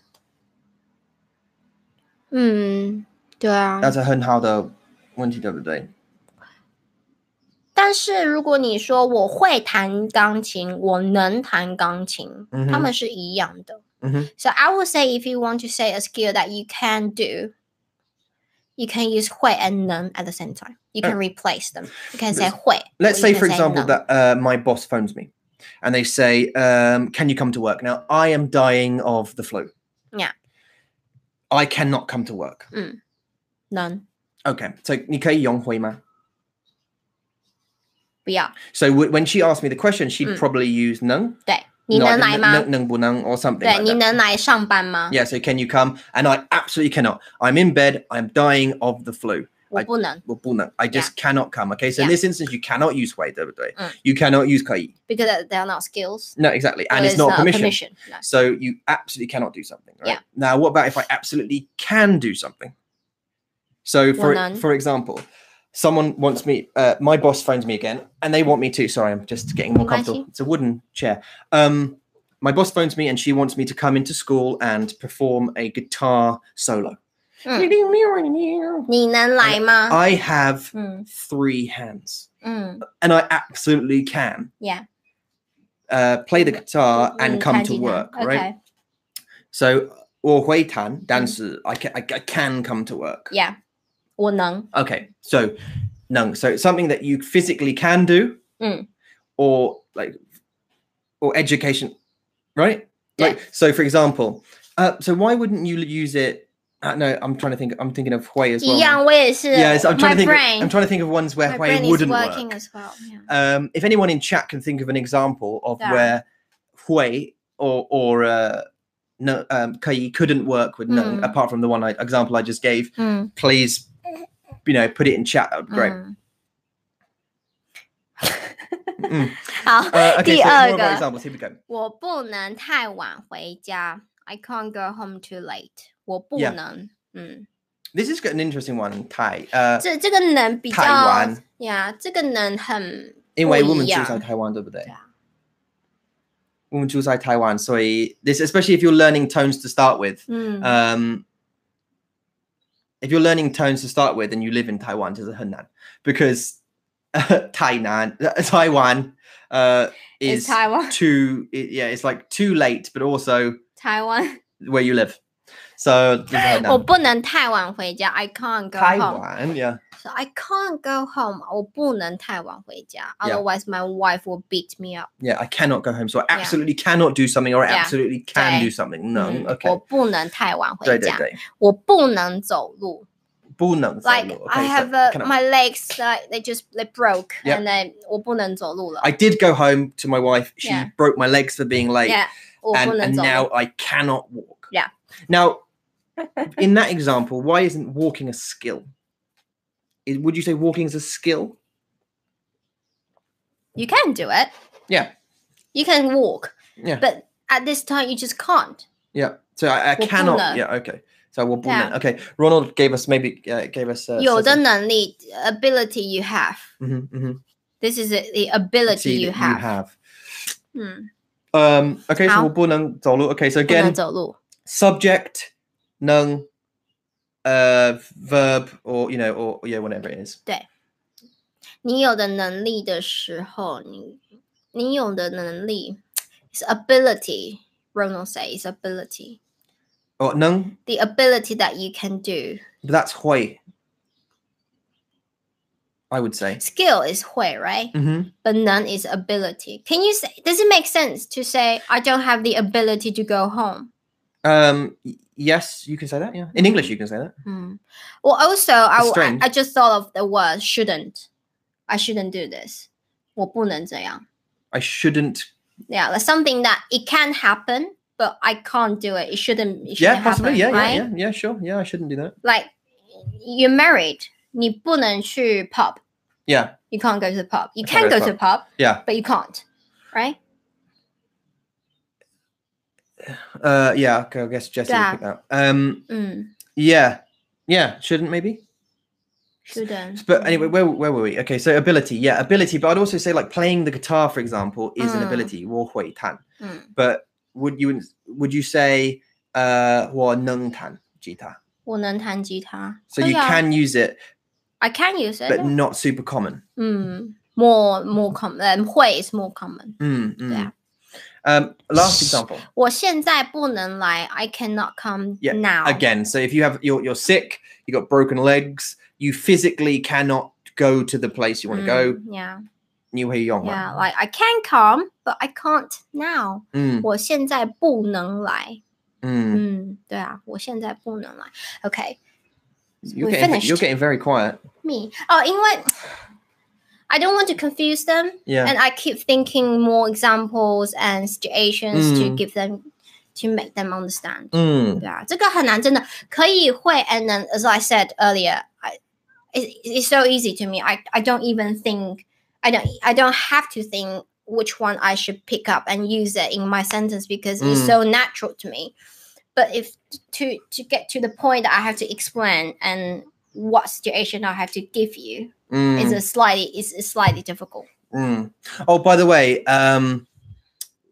嗯，对啊。
That's a 很好的问题，对不对？
但是如果你说我会弹钢琴，我能弹钢琴，
嗯哼
他们是一样的。
嗯哼。
So I would say if you want to say a skill that you can do, you can use 会 and 能 at the same time. You can replace them. You can say 会 or
Uh, Let's
you
say,
can
for example,
能
that uh, my boss phones me, and they say, um, "Can you come to work?" Now, I am dying of the flu.
Yeah.
I cannot come to work.
能
Okay, so 你可以用会吗？
不要
So w- when she asked me the question, she'd
Mm.
probably use nung,
对，你
like
能来吗？
能能不能 or something.
对，
like
你
that.
能来上班吗？
Yeah, so can you come? And I absolutely cannot. I'm in bed. I'm dying of the flu.
我
I-
不能
我不能- I just cannot come. Okay, so in
Yeah.
this instance, you cannot use 回，对不对？
Mm.
You cannot use 可以.
because they are not skills.
No, exactly. And
or
it's not a permission.
permission. No.
So you absolutely cannot do something. Right?
Yeah.
Now, what about if I absolutely can do something? So, for e-,
none.
for example, someone wants me. Uh, my boss phones me again, and they want me to. Sorry, I'm just getting more
Imagine.
comfortable. It's a wooden chair. Um, my boss phones me, and she wants me to come into school and perform a guitar solo.
你能来吗？
I have
嗯
three hands,
嗯
and I absolutely can
，Yeah，Mm,
uh, play the guitar and
嗯
come
弹
to
吉他
work.
OK，
Right. So, 我会弹，但是 I can I, I can come to work.
Mm. Yeah，我能，
Okay. So, nung. So it's something that you physically can do,
Mm.
or like, or education, right? Like,
Yeah.
so for example, uh, so why wouldn't you use it? Uh, no, I'm trying to think. I'm thinking of hui as well.
一样，我也是。
Yes, I'm trying
My
to think.
brain,
I'm trying to think of ones where
my
hui
brain is
wouldn't
working
work.
as well. yeah.
Um, if anyone in chat can think of an example of
Yeah.
where hui or or uh, no um, kai couldn't work with nung,
Mm.
apart from the one I, example I just gave,
嗯
please, you know, put it in chat. That would be great.
嗯
Mm.
好，
Uh, okay, so more of our
第二个。
examples. Here we go.
我不能太晚回家。I can't go home too late. 我不
Yeah.
能。嗯，
This is an interesting one, Tai. Uh,
这这个能比较
太晚
呀，这个能很
in
不
way
一
women
样
choose Taiwan, don't they?
对啊。
Women choose Taiwan. So this, especially if you're learning tones to start with,
嗯
um, if you're learning tones to start with and you live in Taiwan, it's Henan because Tainan, Taiwan uh,
，It's
is
Taiwan.
too, it, yeah, it's like too late, but also
Taiwan.
where you live. So this is how it now.
我不能太晚回家，I can't go home.
Taiwan, yeah.
So I can't go home. 我不能太晚回家
Yeah.
otherwise my wife will beat me up.
Yeah, I cannot go home. So I absolutely cannot do something or I
Yeah. Mm-hmm.
absolutely can
Okay.
do something. No,
嗯
okay.
我不能太晚回家，
对，对，对。
我不能走路。
不能走路。
Like I
Okay, so
have a,
cannot.
my legs, like they just they broke,
Yeah.
and then 我不能走路了。
I did go home to my wife. She
Yeah.
broke my legs for being late.
yeah, 我不
and,
能
and
走路。
now I cannot walk.
Yeah.
Now, in that example, why isn't walking a skill? Is- Would you say walking is a skill?
you can do it.
Yeah.
you can walk.
Yeah.
but at this time you just can't.
Yeah. So I, I
Well,
cannot.
Bruno.
Yeah. Okay. So I will.
Yeah.
Yeah. Okay. Ronald gave us maybe uh, gave us uh,
有的
system.
能力 ability you have.
Mhm, mhm.
This is it, the ability
See
you
that
have.
have.
嗯，
Um. Okay. So
How?
我不能走路. Okay. So
不
again,
能走路。
subject, 能, uh, verb, or you know, or yeah, whatever it is.
你有的能力的时候，你你有的能力 is ability. Ronald says ability.
Or 能.
The ability that you can do.
But that's hui. I would say.
Skill is 会 right?
Mm-hmm.
But none is ability. Can you say? Does it make sense to say I don't have the ability to go home?
Um. y- Yes, you can say that. Yeah. In English, you can say that.
Hmm. Well, also, I,
It's
w- I-
strange.
I just thought of the word shouldn't. I shouldn't do this. 我不能这样.
I shouldn't.
Yeah, like something that it can happen, but I can't do it. It shouldn't. It shouldn't
Yeah, possibly.
happen,
Yeah, yeah,
right?
yeah, yeah. Sure. Yeah, I shouldn't do that.
Like you're married, 你不能去 pub.
Yeah.
You can't go to the pub. You
I can't
can
go
go to
to
the pub.
Yeah.
but you can't, right?
Uh, yeah, okay, I guess Jesse
Yeah.
would pick that. Um,
嗯
yeah, yeah, shouldn't maybe.
，shouldn't.
But anyway, where where were we? Okay, so ability, yeah, ability. But I'd also say like playing the guitar, for example, is an
Mm.
ability. 我会弹.
嗯，
But would you would you say uh 我能弹吉他?
我能弹吉他。
So you
对啊
can use it,
I can use it.
but not super common.
嗯，more more common. 会 is more common.
Mm, mm.
Yeah.
Um, last example
我现在不能来, I cannot come
Yeah,
now.
again. So if you have you're you're sick, you got broken legs, you physically cannot go to the place you want to go.
Mm, Yeah,
New Yong.
yeah. Like I can come, but I can't now.
Mm,
我现在不能来.
mm.
嗯，对啊，我现在不能来. Okay,
You're
We're
getting,
finished.
you're getting very quiet.
me. Oh, 因为 I don't want to confuse them,
Yeah.
and I keep thinking more examples and situations to
Mm.
give them to make them understand.
Mm,
对啊，这个很难，真的可以会。And then, as I said earlier, I, it, it's so easy to me. I I don't even think. I don't I don't have to think which one I should pick up and use it in my sentence because it's
Mm.
so natural to me. But if to to get to the point that I have to explain and what situation I have to give you
mm,
is a slightly is is slightly difficult.
mm. Oh, by the way, um,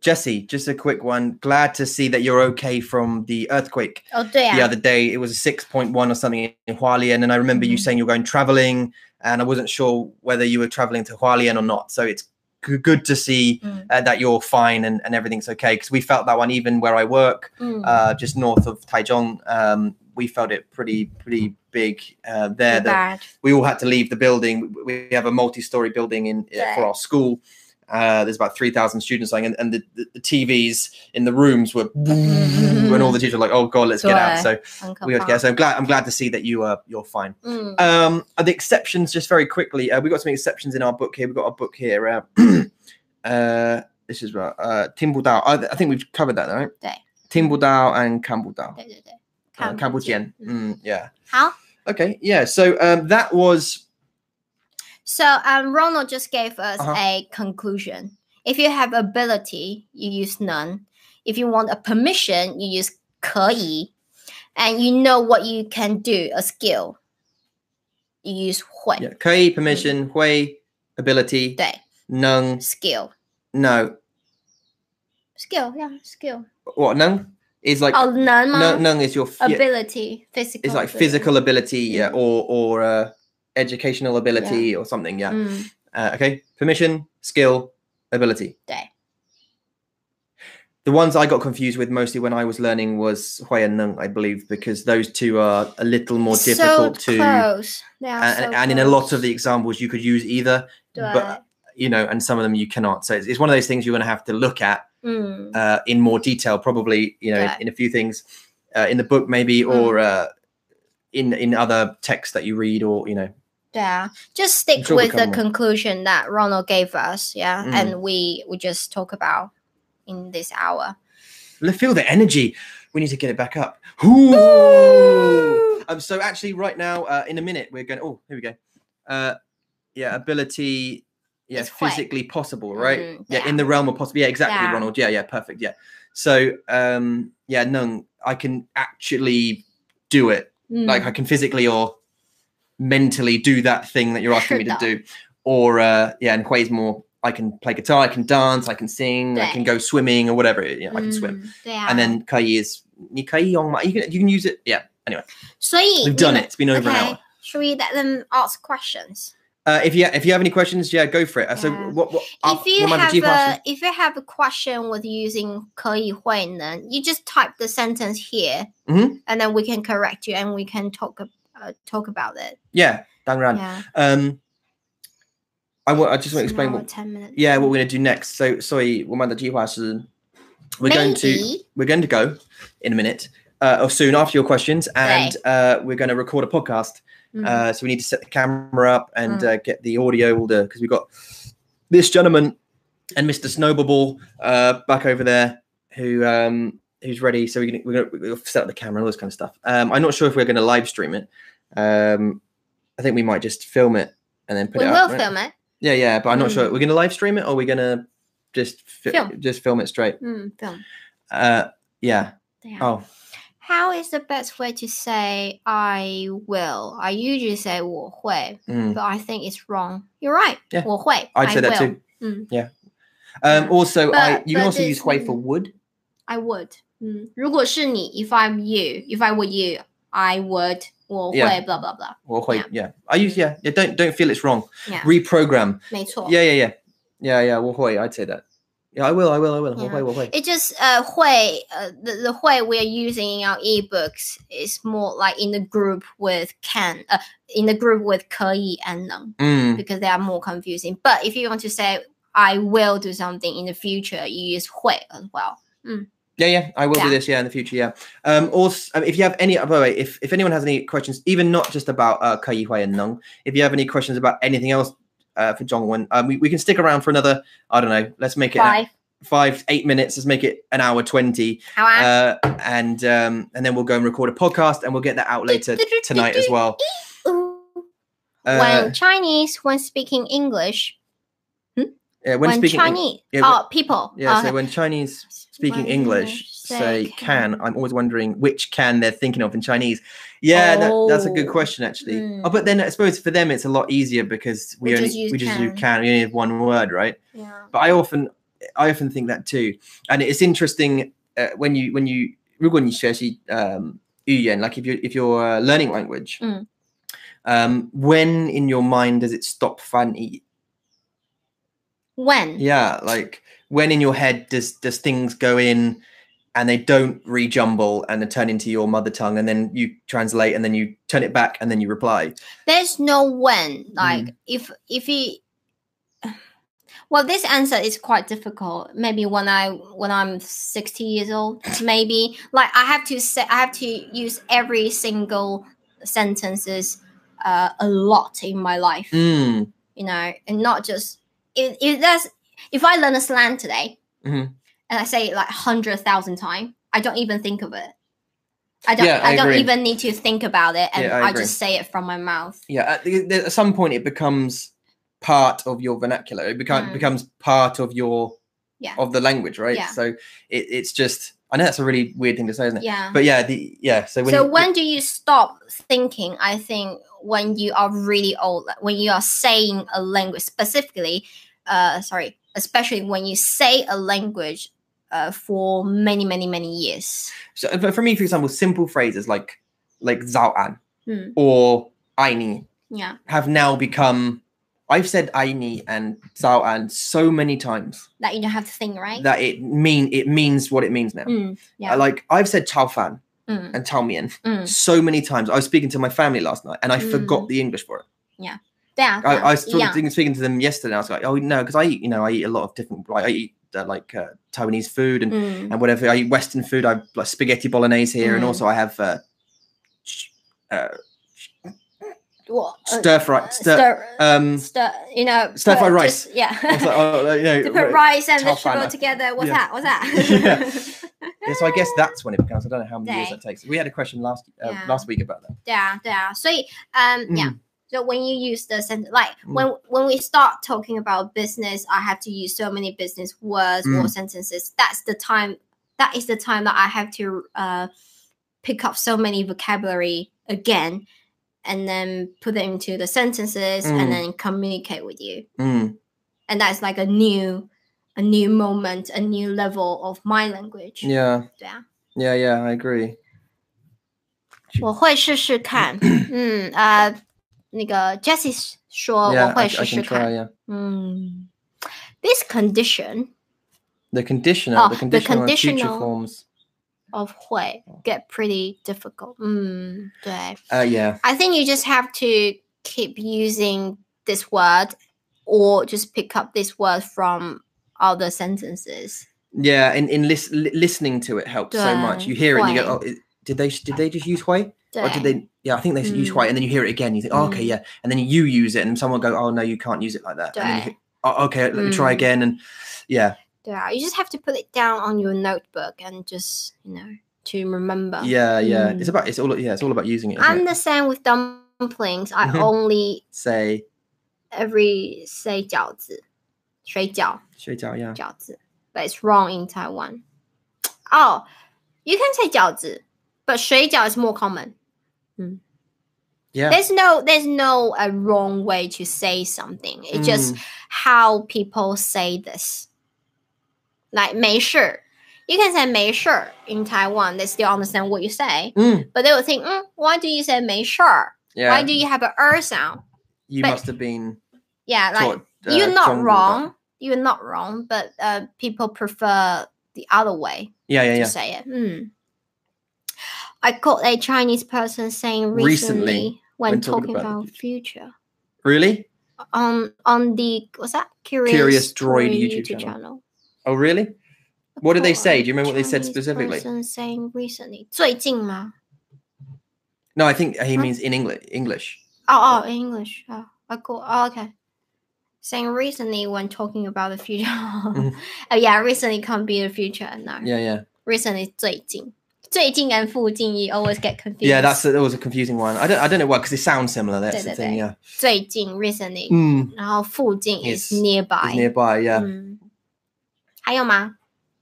Jesse, just a quick one. Glad to see that you're okay from the earthquake
哦，对
the
啊，
other day. It was a 6.1 or something in Hualien. And I remember you
Mhm.
saying you're going traveling, and I wasn't sure whether you were traveling to Hualien or not. So it's g- good to see
Mm.
uh, that you're fine and, and everything's okay. Because we felt that one even where I work.
嗯，
uh, just north of Taichung. Um, we felt it pretty pretty big uh, there.
too
That
bad.
we all had to leave the building. We- We have a multi-story building in uh for
Right.
our school. Uh, there's about three thousand students, like, and, and the, the, the TVs in the rooms were, and all the teachers were like, "Oh God, let's get out!" So
很可
we got to
怕
get.。So I'm glad. I'm glad to see that you are you're fine.
嗯
Um, uh, the exceptions, just very quickly, uh, we've got some exceptions in our book here. We've got a book here. Uh, uh, this is right. Uh, Timbal Dao. I, I think we've covered that, right?
Yeah.
Timbal Dao and Campbell Dao.
对对对，
Uh,
看不
Campbell
见
Jian. Mm, yeah.
好。
Okay. Yeah. So um, that was.
So um, Ronald just gave us
Uh-huh.
a conclusion. If you have ability, you use none. If you want a permission, you use 可以. And you know what you can do, a skill. You use 会.
Yeah. Kei, permission, Hui, ability,
对
Nung,
skill.
no.
Skill, yeah, skill.
What, Nung? Is like.
Oh, 能吗
Nung, nung is your. f- Yeah,
Ability, physical.
it's like
ability.
physical ability yeah,
Mm.
or, or uh, educational ability or something. Mm-hmm. Yeah.
嗯
Uh, okay. Permission, skill, ability.
Day.
the ones I got confused with mostly when I was learning was Hui and Nung, I believe, because those two are a little more difficult
so
to. uh,
close. They are
And,
so
and in a lot of
close.
the examples, you could use either, but you know, and some of them you cannot. So it's, it's one of those things you're going to have to look at
对，嗯，
uh, in more detail, probably you know,
Yeah. Hmm.
in, in a few things, uh, in the book maybe, or uh, in in other texts that you read, or you know,
对啊。Just stick
sure we'll
with the
come on.
conclusion that Ronald gave us, yeah,
Mhm.
and we we just talk about in this hour.
L- feel the energy. We need to get it back up. Ooh. Um, so actually, right now, uh, in a minute, we're going. Oh, here we go. Uh, yeah, ability. Yeah,
It's quite-
physically possible, right?
Mhm,
yeah.
yeah.
in the realm of possible. Yeah, exactly,
Yeah.
Ronald. Yeah, yeah, perfect. Yeah. So, um, yeah, Nung, I can actually do it.
Mm.
Like, I can physically or mentally do that thing that you're asking me to
是的。
do. Or, uh, yeah, and Hui's more. I can play guitar. I can dance. I can sing. I can go swimming or whatever. You know, I
Mm,
can swim.
嗯，对啊。
and then Kai is you Kai Yong Ma. You can you can use it. Yeah. We've done
所以你们-
it. It's been over an
Okay.
hour.
Should we let them ask questions?
Uh, if you if you have any questions, yeah, go for it. Uh, So
Yeah.
what what
If you
what
have
do you pass
a if you have a question with using 可以会能, you just type the sentence here,
Mhm.
and then we can correct you and we can talk ab- uh, talk about it.
them? Yeah, Dang Ran.
Yeah.
Um, I want I just want to
It's an
explain
hour,
what
ten minutes.
yeah what we're gonna do next. So sorry, what we're going to
Maybe-
we're going to go in a minute uh, or soon after your questions, and uh, we're going to record a podcast.
Mm.
Uh, so we need to set the camera up and
Mm.
uh, get the audio order because we've got this gentleman and Mr. Snowbubble uh, back over there who um, who's ready. So we can, we're going to set up the camera and all this kind of stuff. Um, I'm not sure if we're going to live stream it. Um, I think we might just film it and then put
we
it
will
up. right?
film it.
Yeah, yeah, but I'm not sure.
Mm.
We're going to live stream it or we're going to just fi-
Film.
just film it straight.
Mm, film.
Uh, yeah.
Yeah.
Oh,
How is the best way to say I will? I usually say 我会,
mm.
but I think it's wrong. You're right.
Yeah.
我会,
I'd
I
say that
will.
too.
Mm.
Yeah. Um,
Yeah.
also, I,
But-
you can
but
also use
it's-
Hui for wood.
I would. Mm. 嗯，如果是你, if I'm you, if I were you, I would. 我会
Yeah.
blah blah blah.
Or Hui,
Yeah.
yeah. I use yeah. yeah. Don't don't feel it's wrong.
Yeah.
Reprogram.
没错.
Yeah, yeah, yeah, yeah, yeah. Well, Hui, I'd say that. Yeah, I will, I will, I will.
Yeah.
Hui, Hui, Hui.
It just uh 会 uh the the 会 we are using in our ebooks is more like in the group with can uh in the group with 可以 and 能
Mm,
because they are more confusing. But if you want to say I will do something in the future, you use 会 as well.
yeah, yeah. I will do
Yeah.
this. Yeah, in the future. Yeah. Um. Also, um, if you have any, by the way, if if anyone has any questions, even not just about uh, Kai Hui and Nung, if you have any questions about anything else. Uh, for Zhongwen, um, we, we can stick around for another. I don't know. Let's make it an-
Five.
five, eight minutes. Let's make it an hour twenty,
How I
uh, and um, and then we'll go and record a podcast, and we'll get that out later tonight as well. Uh,
when Chinese, when speaking English,
yeah, Uh, when,
when,
speaking Eng-
Chinese,
yeah,
oh, people,
Yeah,
okay.
so when Chinese speaking
When
English
English
say can, I'm always wondering which can they're thinking of in Chinese. Yeah, that, that's a good
Oh.
question actually.
Mm.
Oh, but then I suppose for them it's a lot easier because we,
We
only
just use
we just do
can.
can. We only have one word, right?
Yeah.
But I often I often think that too, and it's interesting uh, when you when you 如果你学习, um 语言, like if you if you're uh, learning language,
Mm.
um, when in your mind does it stop fan
When?
yeah like when in your head does does things go in and they don't rejumble and they turn into your mother tongue and then you translate and then you turn it back and then you reply
There's no when.
Mm.
Like if if he well, this answer is quite difficult. Maybe when I when I'm sixty years old, maybe like I have to say I have to use every single sentences uh, a lot in my life.
mm,
you know, and not just if if that's if I learn a slang today
Mhm.
and I say it like hundred thousand times, I don't even think of it. I don't.
Yeah,
I,
I
don't
agree.
even need to think about it, and
Yeah, I
I,
agree.
just say it from my mouth.
yeah at, the- the- at some point it becomes part of your vernacular it becomes
Mm.
becomes part of your
Yeah.
of the language right
Yeah.
so it, it's just i know that's a really weird thing to say isn't it
Yeah.
but yeah the yeah so when
so
you-
when do you stop thinking? I think when you are really old, like, when you are saying a language specifically, uh, sorry, especially when you say a language, uh, for many, many, many years.
So for for me, for example, simple phrases like like zao an
Hmm.
or aini
Yeah.
have now become I've said aini and zao and so many times
that you don't have to think, right?
that it mean it means what it means now.
Mm,
I
yeah.
Like I've said chao fan
mm,
and tao mian
mm.
so many times. I was speaking to my family last night and I
Mm. Uh-huh.
forgot the English for it.
对啊，
I, I was
对啊，一样。
talking, speaking to them yesterday. And I was like, oh no, because I eat, you know, I eat a lot of different. Like I eat uh, like uh, Taiwanese food and,
嗯，
and whatever. I eat Western food. I have like spaghetti bolognese here, and
Mm.
also I have uh, ch- uh,
我
stir fry. Stir,
uh, stir
um,
stir you know
stir
put
fried
just-
I was
yeah
like, oh, like, you know,
to put
right.
rice and
Chao fan
vegetable
up.
together what's
Yeah.
that what's that
Yeah. Yeah, so I guess that's when it becomes. I don't know how many years
Day.
that takes. We had a question last uh,
Yeah.
last week about that.
对啊，对啊，所以 um yeah. So when you use the sentence, like
Mm.
when when we start talking about business, I have to use so many business words or
Mm.
sentences. That's the time. That is the time that I have to uh, pick up so many vocabulary again, and then put it into the sentences,
Mm.
and then communicate with you.
Mm,
And that's like a new, a new moment, a new level of my language.
yeah,
对啊。
yeah, yeah. I agree.
我会试试看。 嗯，呃，那个 Jessie 说
yeah,
我
I, I
会试
can
试
try.
看。
Yeah,
嗯，this condition
the conditioner,
Oh,
the
the
conditional, and future
conditional.
forms.
of 会 get pretty difficult。嗯，对。
Oh. Uh, yeah,
I think you just have to keep using this word or just pick up this word from other sentences.
yeah. In in lis- li- listening to it helps so much.
Done.
You hear it, and you go,
Huai.
oh, it, did they did they just use Hui?
对
Or did they? Yeah, I think they use
Mm.
Hui, and then you hear it again. You think, oh, okay,
Mm.
yeah, and then you use it, and someone go, oh no, you can't use it like that. And then you
对
think, oh, okay, let me try
Mm.
again, and yeah,
对啊，you just have to put it down on your notebook and just you know to remember.
yeah, yeah.
Mm.
It's about it's all yeah, it's all about using it. isn't
I'm
it?
the same with dumplings. I
Mhm.
only
Say,
every say 饺子，水饺
"睡觉," yeah.
饺子，but it's wrong in Taiwan. Oh, you can say 饺子，but 水饺 is more common.
Yeah.
There's no there's no a wrong way to say something. It's just
Mm,
how people say this. Like 没事 you can say 没事 in Taiwan. They still understand what you say,
mm,
but they will think, mm, why do you say 没事
yeah.
Why do you have a er sound?
you
but-
must have been
Yeah, like
taught, uh,
you're not
Zhongguo, but-
wrong. You're not wrong, but uh, people prefer the other way
Yeah, yeah,
to
yeah.
say it. Hmm. I caught a Chinese person saying
Recently,
recently, when,
when talking
talking
about the
about, future
Really?
on on the what's that curious,
Curious Droid YouTube channel. Oh, really?
I
What did they
caught
say?
a
Do you remember what they said
Chinese
specifically?
person saying recently 最近吗？
No, I think he
Huh?
means in English. English.
Oh, oh, English. Oh, oh, cool. Oh, okay. Saying recently when talking about the future. oh, yeah, recently can't be the future. No.
Mm-hmm. Yeah, yeah,
Recently, 最近.最近 and 附近 you always get confused.
yeah. That's that was a confusing one. I don't, I don't know why because they sound similar. That's the thing. Yeah,
最近 recently.
mm,
然后附近
Is-
is
is
nearby.
it's nearby. 啊 Yeah,
嗯。还有吗？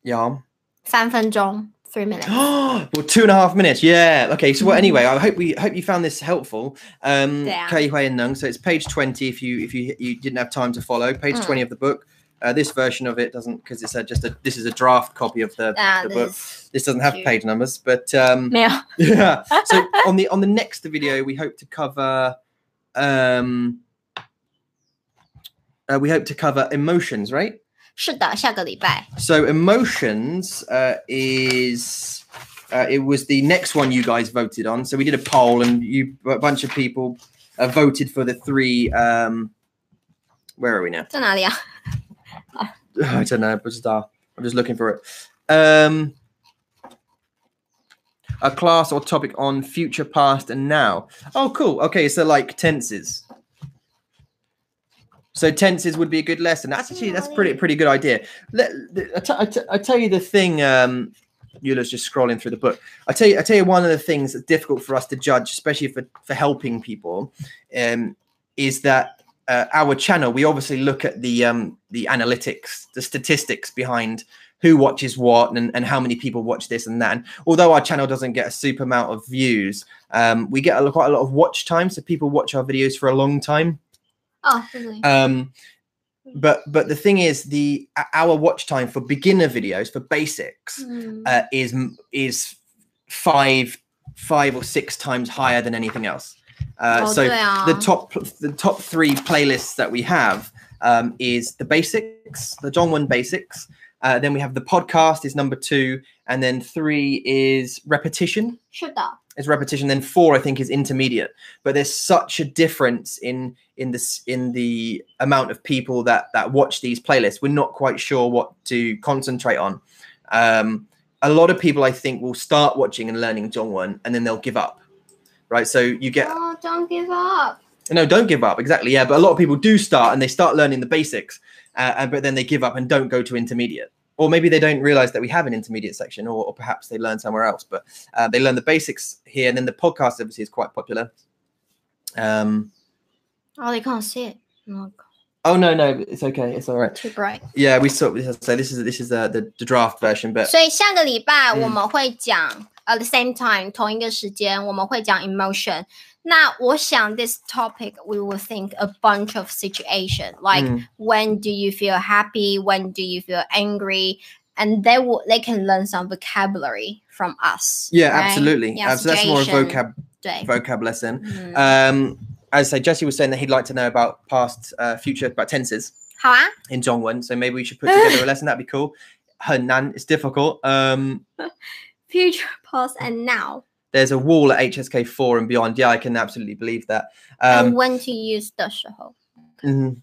yeah.
三分钟 three minutes.
well, two and a half minutes. Yeah. Okay. So, well, anyway, I hope we hope you found this helpful. Um,
Mm-hmm. Yeah.
Kei Hui and Nung. So it's page twenty. If you if you you didn't have time to follow, page
Mm.
twenty of the book. Uh, this version of it doesn't because it's a, just a this is a draft copy of the
Ah,
the
this
book.
is-
This doesn't have
cute.
page numbers, but um,
没有。
yeah. So on the on the next video, we hope to cover um, uh, we hope to cover emotions, right?
是的，下个礼拜。
So emotions uh, is uh, it was the next one you guys voted on. So we did a poll, and you a bunch of people uh, voted for the three. Um, where are we now?
在哪里啊？
I don't know. But star. I'm just looking for it. Um, a class or topic on future, past, and now. Oh, cool. Okay, so like tenses. So tenses would be a good lesson. That's actually that's pretty pretty good idea. Let, I, t- I, t- I tell you the thing. Um, Eula's just scrolling through the book. I tell you, I tell you one of the things that's difficult for us to judge, especially for for helping people, um, is that uh, our channel we obviously look at the um the analytics, the statistics behind who watches what and, and how many people watch this and that. And although our channel doesn't get a super amount of views, um, we get a, quite a lot of watch time. So people watch our videos for a long time.
哦，对对。
Um, but but the thing is, the o- our watch time for beginner videos for basics
嗯。
uh, is is five five or six times higher than anything else. Uh,
Oh,
so
yeah.
the top the top three playlists that we have um, is the basics, the Dongwon basics. Uh, then we have the podcast is number two, and then three is repetition
是的，
is repetition. Then four, I think, is intermediate. But there's such a difference in in this in the amount of people that that watch these playlists. We're not quite sure what to concentrate on. Um, a lot of people, I think, will start watching and learning Dongwon, and then they'll give up. Right, so you get
Oh, don't give up.
no, don't give up. Exactly, yeah. But a lot of people do start and they start learning the basics, uh, and but then they give up and don't go to intermediate, or maybe they don't realize that we have an intermediate section, or, or perhaps they learn somewhere else. But uh, they learn the basics here, and then the podcast obviously is quite popular. Um.
Oh, they can't see it. Oh, God,
Oh no, no, it's okay. It's all right.
too bright.
Yeah, we sort of so this is this is uh, the, the draft version, but
所以下个礼拜
嗯
我们会讲、at the same time 同一个时间我们会讲 emotion。那我想 this topic we will think a bunch of situation like、
Mm.
when do you feel happy, when do you feel angry, and they will they can learn some vocabulary from us.
yeah,
right?
absolutely.
Yeah,
Uh, so that's more a
situation. Mm-hmm.
vocab
对，
vocab lesson.
嗯，
Um, as I say, Jesse was saying that he'd like to know about past, uh, future, about tenses.
好啊，
in Dongwon. So maybe we should put together a lesson. That'd be cool. Hernan, it's difficult. Um,
future past and now
there's a wall at HSK4 and beyond. Yeah, I can absolutely believe that.
and
Um,
when to use 的时候，Oh,
mhm,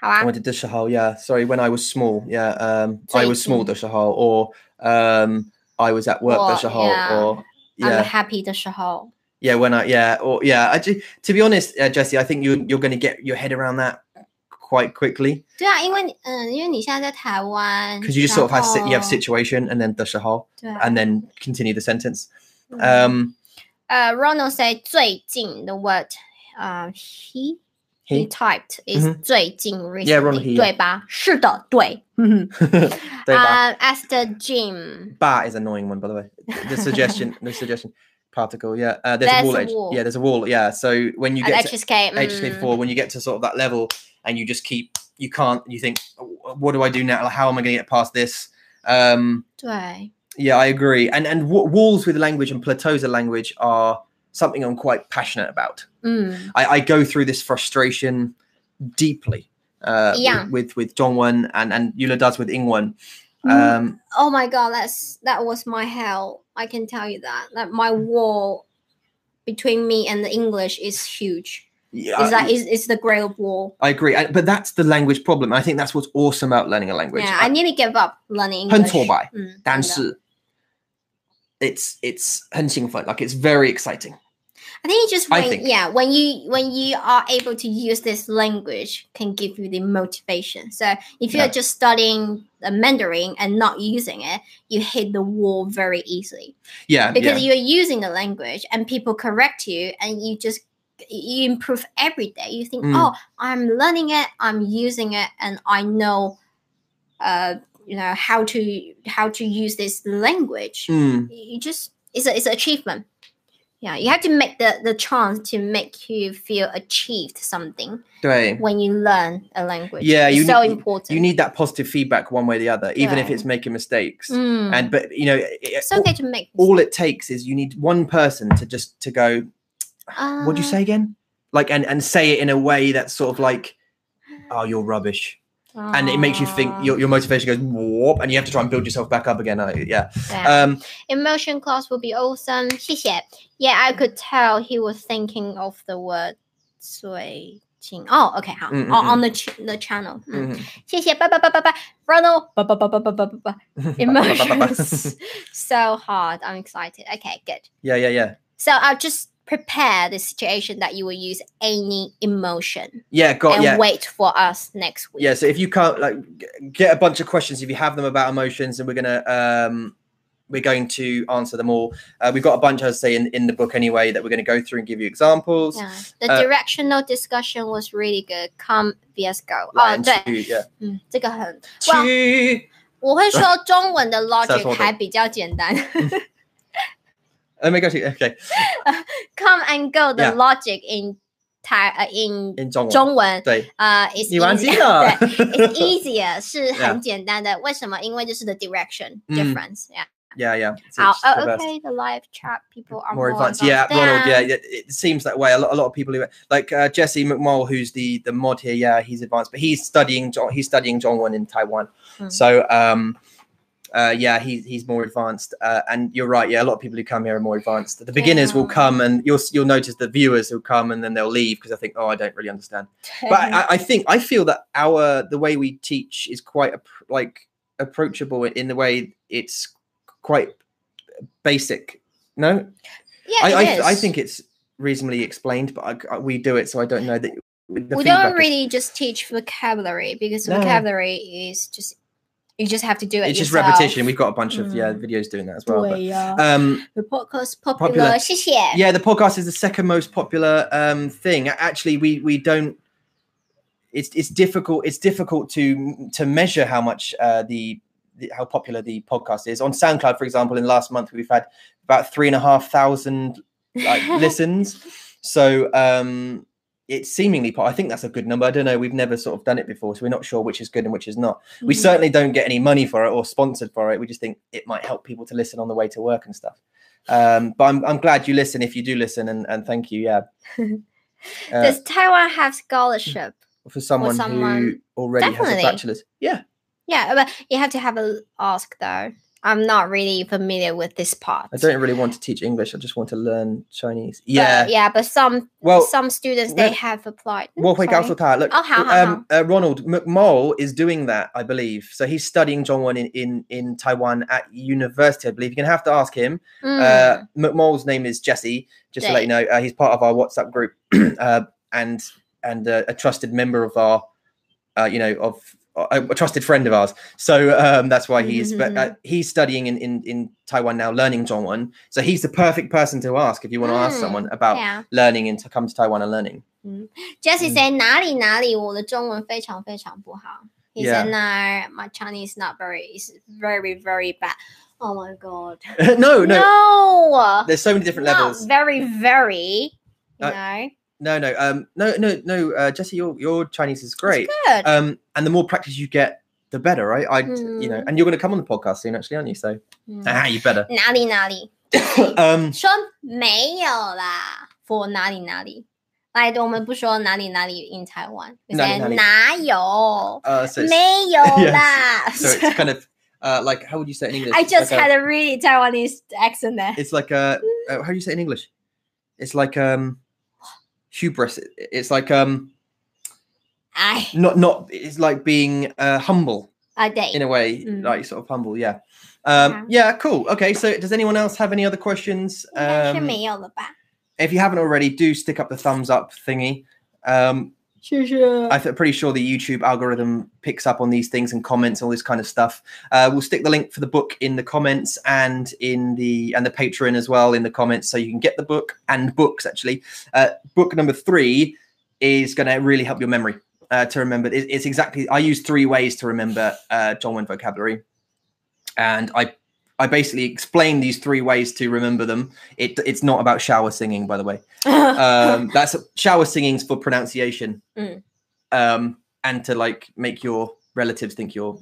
好啊
I，wanted Dushahal, yeah. Sorry, when I was small, yeah. Um, I was small
Taking.
Dushahal, or um, I was at work
Or,
Dushahal,
yeah.
or
I'm
yeah,
happy 的时候，
yeah, when I, yeah, or yeah. I ju- to be honest, uh, Jesse, I think you, you're going to get your head around that quite quickly
对啊，因为你嗯，因为你现在在台湾，
because you just sort of have si- you have
然后
situation and then Dushahal
对啊
and then continue the sentence.
嗯
Um,
呃 r o n a l d say 最近 the word 呃 he
he.
he typed is
嗯
最近
Yeah, Ronald
recently
he,
对吧？是的，对。
对吧？
呃 Um, as the gym
Bat is an annoying one, by the way. The suggestion, the suggestion particle. Yeah, uh, there's, a
There's
wall,
a
edge.
wall.
Yeah, there's a wall. Yeah, so when you
at
get
HSK，
to
mm.
HK4, when you get to sort of that level, and you just keep, you can't, you think, "Oh, what do I do now? Like, How am I going to get past this? Um,
对，
yeah, I agree. And and w- walls with language and plateaus of language are something I'm quite passionate about.
嗯，
I, I go through this frustration deeply. Uh,
Yeah.
With with, with Dongwon and and Yula does with Ingwon.
Mm.
Um,
Oh my god, that's that was my hell. I can tell you that. Like my wall between me and the English is huge.
yeah,
It's like it's, it's the grey wall.
I agree, I, but that's the language problem. I think that's what's awesome about learning a language.
Yeah, I
Uh,
nearly give up learning
很
English. Mm.
挫败，
嗯，真的
但是 it's it's 很兴奋, like it's very exciting.
I think it's just
I
when
think.
yeah, when you when you are able to use this language can give you the motivation. So if you're
Yeah.
just studying the Mandarin and not using it, you hit the wall very easily
Yeah,
because
yeah,
you're using the language and people correct you and you just you improve every day. You think,
Mm.
oh, I'm learning it, I'm using it, and I know, uh, you know how to how to use this language
Mm,
you just it's a, it's an achievement yeah you have to make the the chance to make you feel achieved something
对.
when you learn a language
Yeah,
it's
you
so
need-
important
You need that positive feedback one way or the other, even if
Yeah.
it's making mistakes.
Mm.
And but you know, it- it-
it's okay to make
all, all it takes is you need one person to just to go.
uh,
What'd you say again? Like and and say it in a way that's sort of like, oh, you're rubbish. and it makes you think
uh,
your, your motivation goes warp and you have to try and build yourself back up again uh, yeah
yeah.
um
emotion class will be awesome 谢谢 yeah i could tell he was thinking of the word 最近 oh okay 好
Mm, mm,
on, on the ch- the channel Mm. 嗯
mhm.
谢谢，拜拜拜拜拜，Ronald，拜拜拜拜拜拜拜 拜，emotions so hard. I'm excited. Okay, good.
yeah yeah yeah
So I'll just prepare the situation that you will use any emotion
yeah got
and
yeah
wait for us next week.
yeah so if you can't like g- get a bunch of questions if you have them about emotions and we're gonna um we're going to answer them all uh, we've got a bunch i say in, in the book anyway that we're going to go through and give you examples
Yeah, the
Uh,
directional discussion was really good. Come, VS Go.
Like,
哦，
and
对，
to- yeah
嗯，这个很，Well-
To-
我会说中文 的 logic
what
还比较简单
oh my gosh okay
，Come and Go 的
Yeah.
logic in 台呃 in
in Dongwon.
中文
Day.
呃 is
你 忘记
easier-
了
对 It's easier 是
Yeah.
很简单的，为什么？因为就是 the direction
嗯
difference，yeah、
Yeah, yeah. So
Oh,
it's
oh,
reversed.
okay. The live chat people are
more advanced. Yeah,
advanced.
Ronald. Yeah, yeah, it seems that way. A lot, a lot of people who like uh, Jesse McMull, who's the the mod here. Yeah, he's advanced, but he's studying Zhong- he's studying Zhongwen in Taiwan.
Hmm.
So um, uh, yeah, he's he's more advanced. Uh, and you're right. Yeah, a lot of people who come here are more advanced. The beginners will
Yeah.
come, and you'll you'll notice the viewers who come, and then they'll leave because I think, oh, I don't really understand but I, I think I feel that our the way we teach is quite appr- like approachable in the way it's quite basic. No,
yeah,
I
it
I,
is.
I think it's reasonably explained, but I, I- we do it, so I don't know that the
we
feedback
don't
is-
really just teach vocabulary because
No.
vocabulary is just you just have to do it.
It's just
yourself.
repetition. We've got a bunch of yeah
Mm.
videos doing that as well. but-
对呀、
um,
The podcast popular，,
Popular.
谢谢。
yeah the podcast is the second most popular um thing actually we we don't it's it's difficult it's difficult to to measure how much uh the, the how popular the podcast is on soundcloud for example in last month we've had about three and a half thousand like listens so um it's seemingly po- i think that's a good number i don't know we've never sort of done it before so we're not sure which is good and which is not we
Mm.
certainly don't get any money for it or sponsored for it we just think it might help people to listen on the way to work and stuff um but i'm, I'm glad you listen if you do listen and, and thank you yeah Uh,
Does Taiwan have scholarship?
for someone, who
someone-
already has a
Definitely.
bachelor's yeah
Yeah, but you have to have a ask though. I'm not really familiar with this part.
i don't really want to teach english i just want to learn chinese
But,
yeah Oh,
yeah, but some
well
some students
no-
they have applied. Mm, sorry.
我会告诉他. Look,
Oh, 好-好-
嗯，uh, Ronald McMull is doing that, I believe. So he's studying Zhongwen in, in, in Taiwan at university, I believe. You're going to have to ask him. Uh,
Mm,
McMull's name is Jesse, just to let you know. Uh, he's part of our WhatsApp group uh, and and uh, a trusted member of our, uh, you know, of a, a trusted friend of ours. So um, that's why he's, but
Mm-hmm.
uh, he's studying in, in, in Taiwan now, learning Zhongwen. So he's the perfect person to ask if you want to ask
Mm,
someone about
yeah.
learning and to come to Taiwan and learning.
Jesse
Mm.
said 哪里哪里，我的中文非常非常不好。He
Yeah.
said, "No, my Chinese not very, is very very bad." Oh my god!
no, Oh, no.
no
There's so many different
not
levels.
very very. You
Uh,
know,
No, no, um, no, no, no. Uh, Jesse, your your Chinese is great.
good.
Um, and the more practice you get, the better, right? I, you know,
Mm.
and you're going to come on the podcast soon, actually, aren't you? So,
Mm.
ah, you better.
哪里哪里
Um,
说没有啦，for 哪里哪里，来，我们不说哪里哪里 in 台湾，
哪里哪里
哪有
uh, so it's,
没有
Yes.
啦。
so it's kind of uh, like how would you say it in English?
I
It's
just
like
had
a,
a really Taiwanese accent there.
It's like a uh, how do you say it in English? It's like um, hubris. It- It's like um,
I
not not. It's like being uh, humble.
I
in
did.
a way,
Mm.
like sort of humble. Yeah. Um, yeah. Cool. Okay. So, does anyone else have any other questions?
应该是
Um,
没有了吧？
if you haven't already, do stick up the thumbs up thingy. Um,
谢谢。
I'm pretty sure the YouTube algorithm picks up on these things and comments, all this kind of stuff. Uh, we'll stick the link for the book in the comments and in the and the Patreon as well in the comments, so you can get the book and books actually. Uh, book number three is going to really help your memory uh, to remember. It- it's exactly I use three ways to remember uh, John Wayne vocabulary, and I I basically explain these three ways to remember them. It, it's not about shower singing, by the way um that's shower singings for pronunciation
Mm.
um and to like make your relatives think you're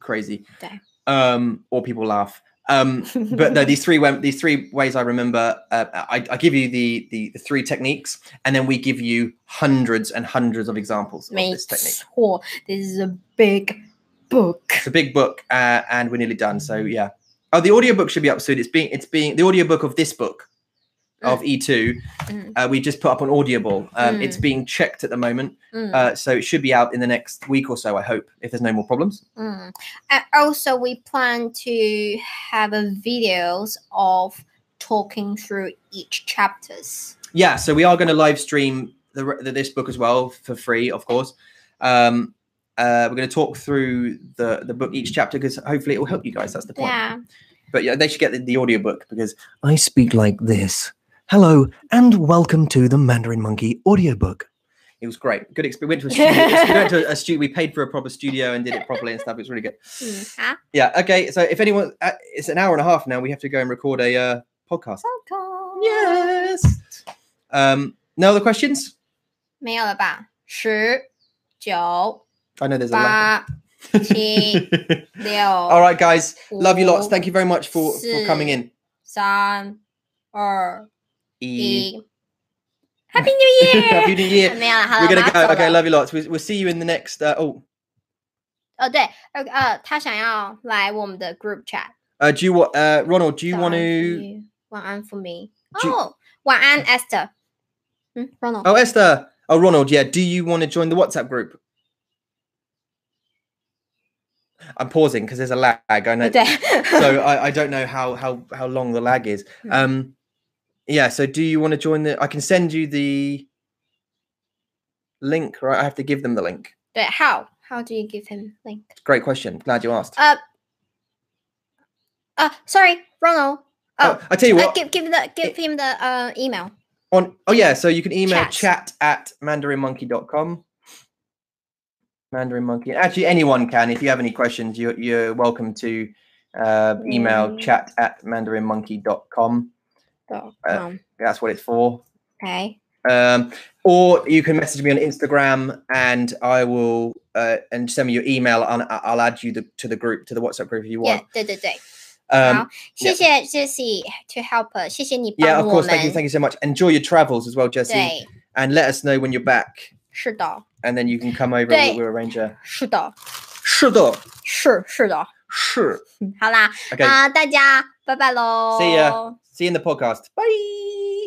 crazy
Okay.
um or people laugh um but no these three went these three ways i remember uh, I, I give you the, the the three techniques and then we give you hundreds and hundreds of examples of
没
this technique
错，This is a big book.
it's a big book uh, and we're nearly done so yeah oh the audiobook should be up soon it's being it's being the audiobook of this book of e2
Mm.
uh, we just put up on audible um,
Mm.
it's being checked at the moment
嗯
uh, so it should be out in the next week or so, I hope, if there's no more problems.
Mm. And also, we plan to have a videos of talking through each chapters.
Yeah, so we are going to live stream the, re- the, this book as well for free, of course. Um, uh, we're going to talk through the, the book each chapter because hopefully it will help you guys. That's the point.
Yeah.
But yeah, they should get the, the audiobook because I speak like this. Hello and welcome to the Mandarin Monkey audiobook. It was great. Good experience. We went to a studio. we, went to a stu- we paid for a proper studio and did it properly and stuff. It was really good.
嗯，好，
Yeah. Okay. So if anyone, uh, it's an hour and a half now. We have to go and record a uh, podcast.
糟糕，
Yes. Um, no other questions?
没有了吧？十九
I know there's a lot.
八七 六
All right, guys. Love you lots.
五
Thank you very much for, for coming in.
三二
E-
一，Happy New Year！
Happy New Year.
没有了，好
We're
了，
gonna
我要
go.
走
Okay,
了
love you lots. We'll, we'll see you in the next. Uh, oh,
哦，对，呃呃，他想要来我们的 group chat。
uh, do you want uh, Ronald? Do you
早
want
安
to?
for you，晚安，for me。
Do you-
哦，晚安，Esther。嗯，Ronald。
Oh, Esther. Oh, Ronald. Yeah. Do you want to join the WhatsApp group? I'm pausing because there's a lag. I know.
对，
so I, I don't know how how how long the lag is.
Hmm.
Um, yeah. So do you want to join the? I can send you the link. Right. I have to give them the link.
对，How how do you give him link？
Great question. Glad you asked.
Uh, 呃，Sorry，Ronald。
oh, I tell you
Uh,
what.
give give the give him the uh email.
on oh yeah so you can email chat,
Chat.
at mandarinmonkey.com mandarin monkey actually anyone can if you have any questions you're, you're welcome to uh, email
Mm.
chat at mandarinmonkey.com
dot
Uh,
com.
that's what it's for
Um, Okay.
um, or you can message me on instagram and i will uh, and send me your email and I- i'll add you the, to the group to the whatsapp group if you
Yeah，
want
对对对，
um,
好，谢谢 Jessie to help，us，谢谢你
yeah
帮
of
我
course thank you
们。
thank you so much enjoy your travels as well jesse
对，
and let us know when you're back
是的，
and then you can come over and
Right.
we'll, we'll arrange a
是的，
是的，是。
是是的，嗯好啦，
Okay,
啊，大家拜拜喽。
see ya. See you in the podcast. Bye.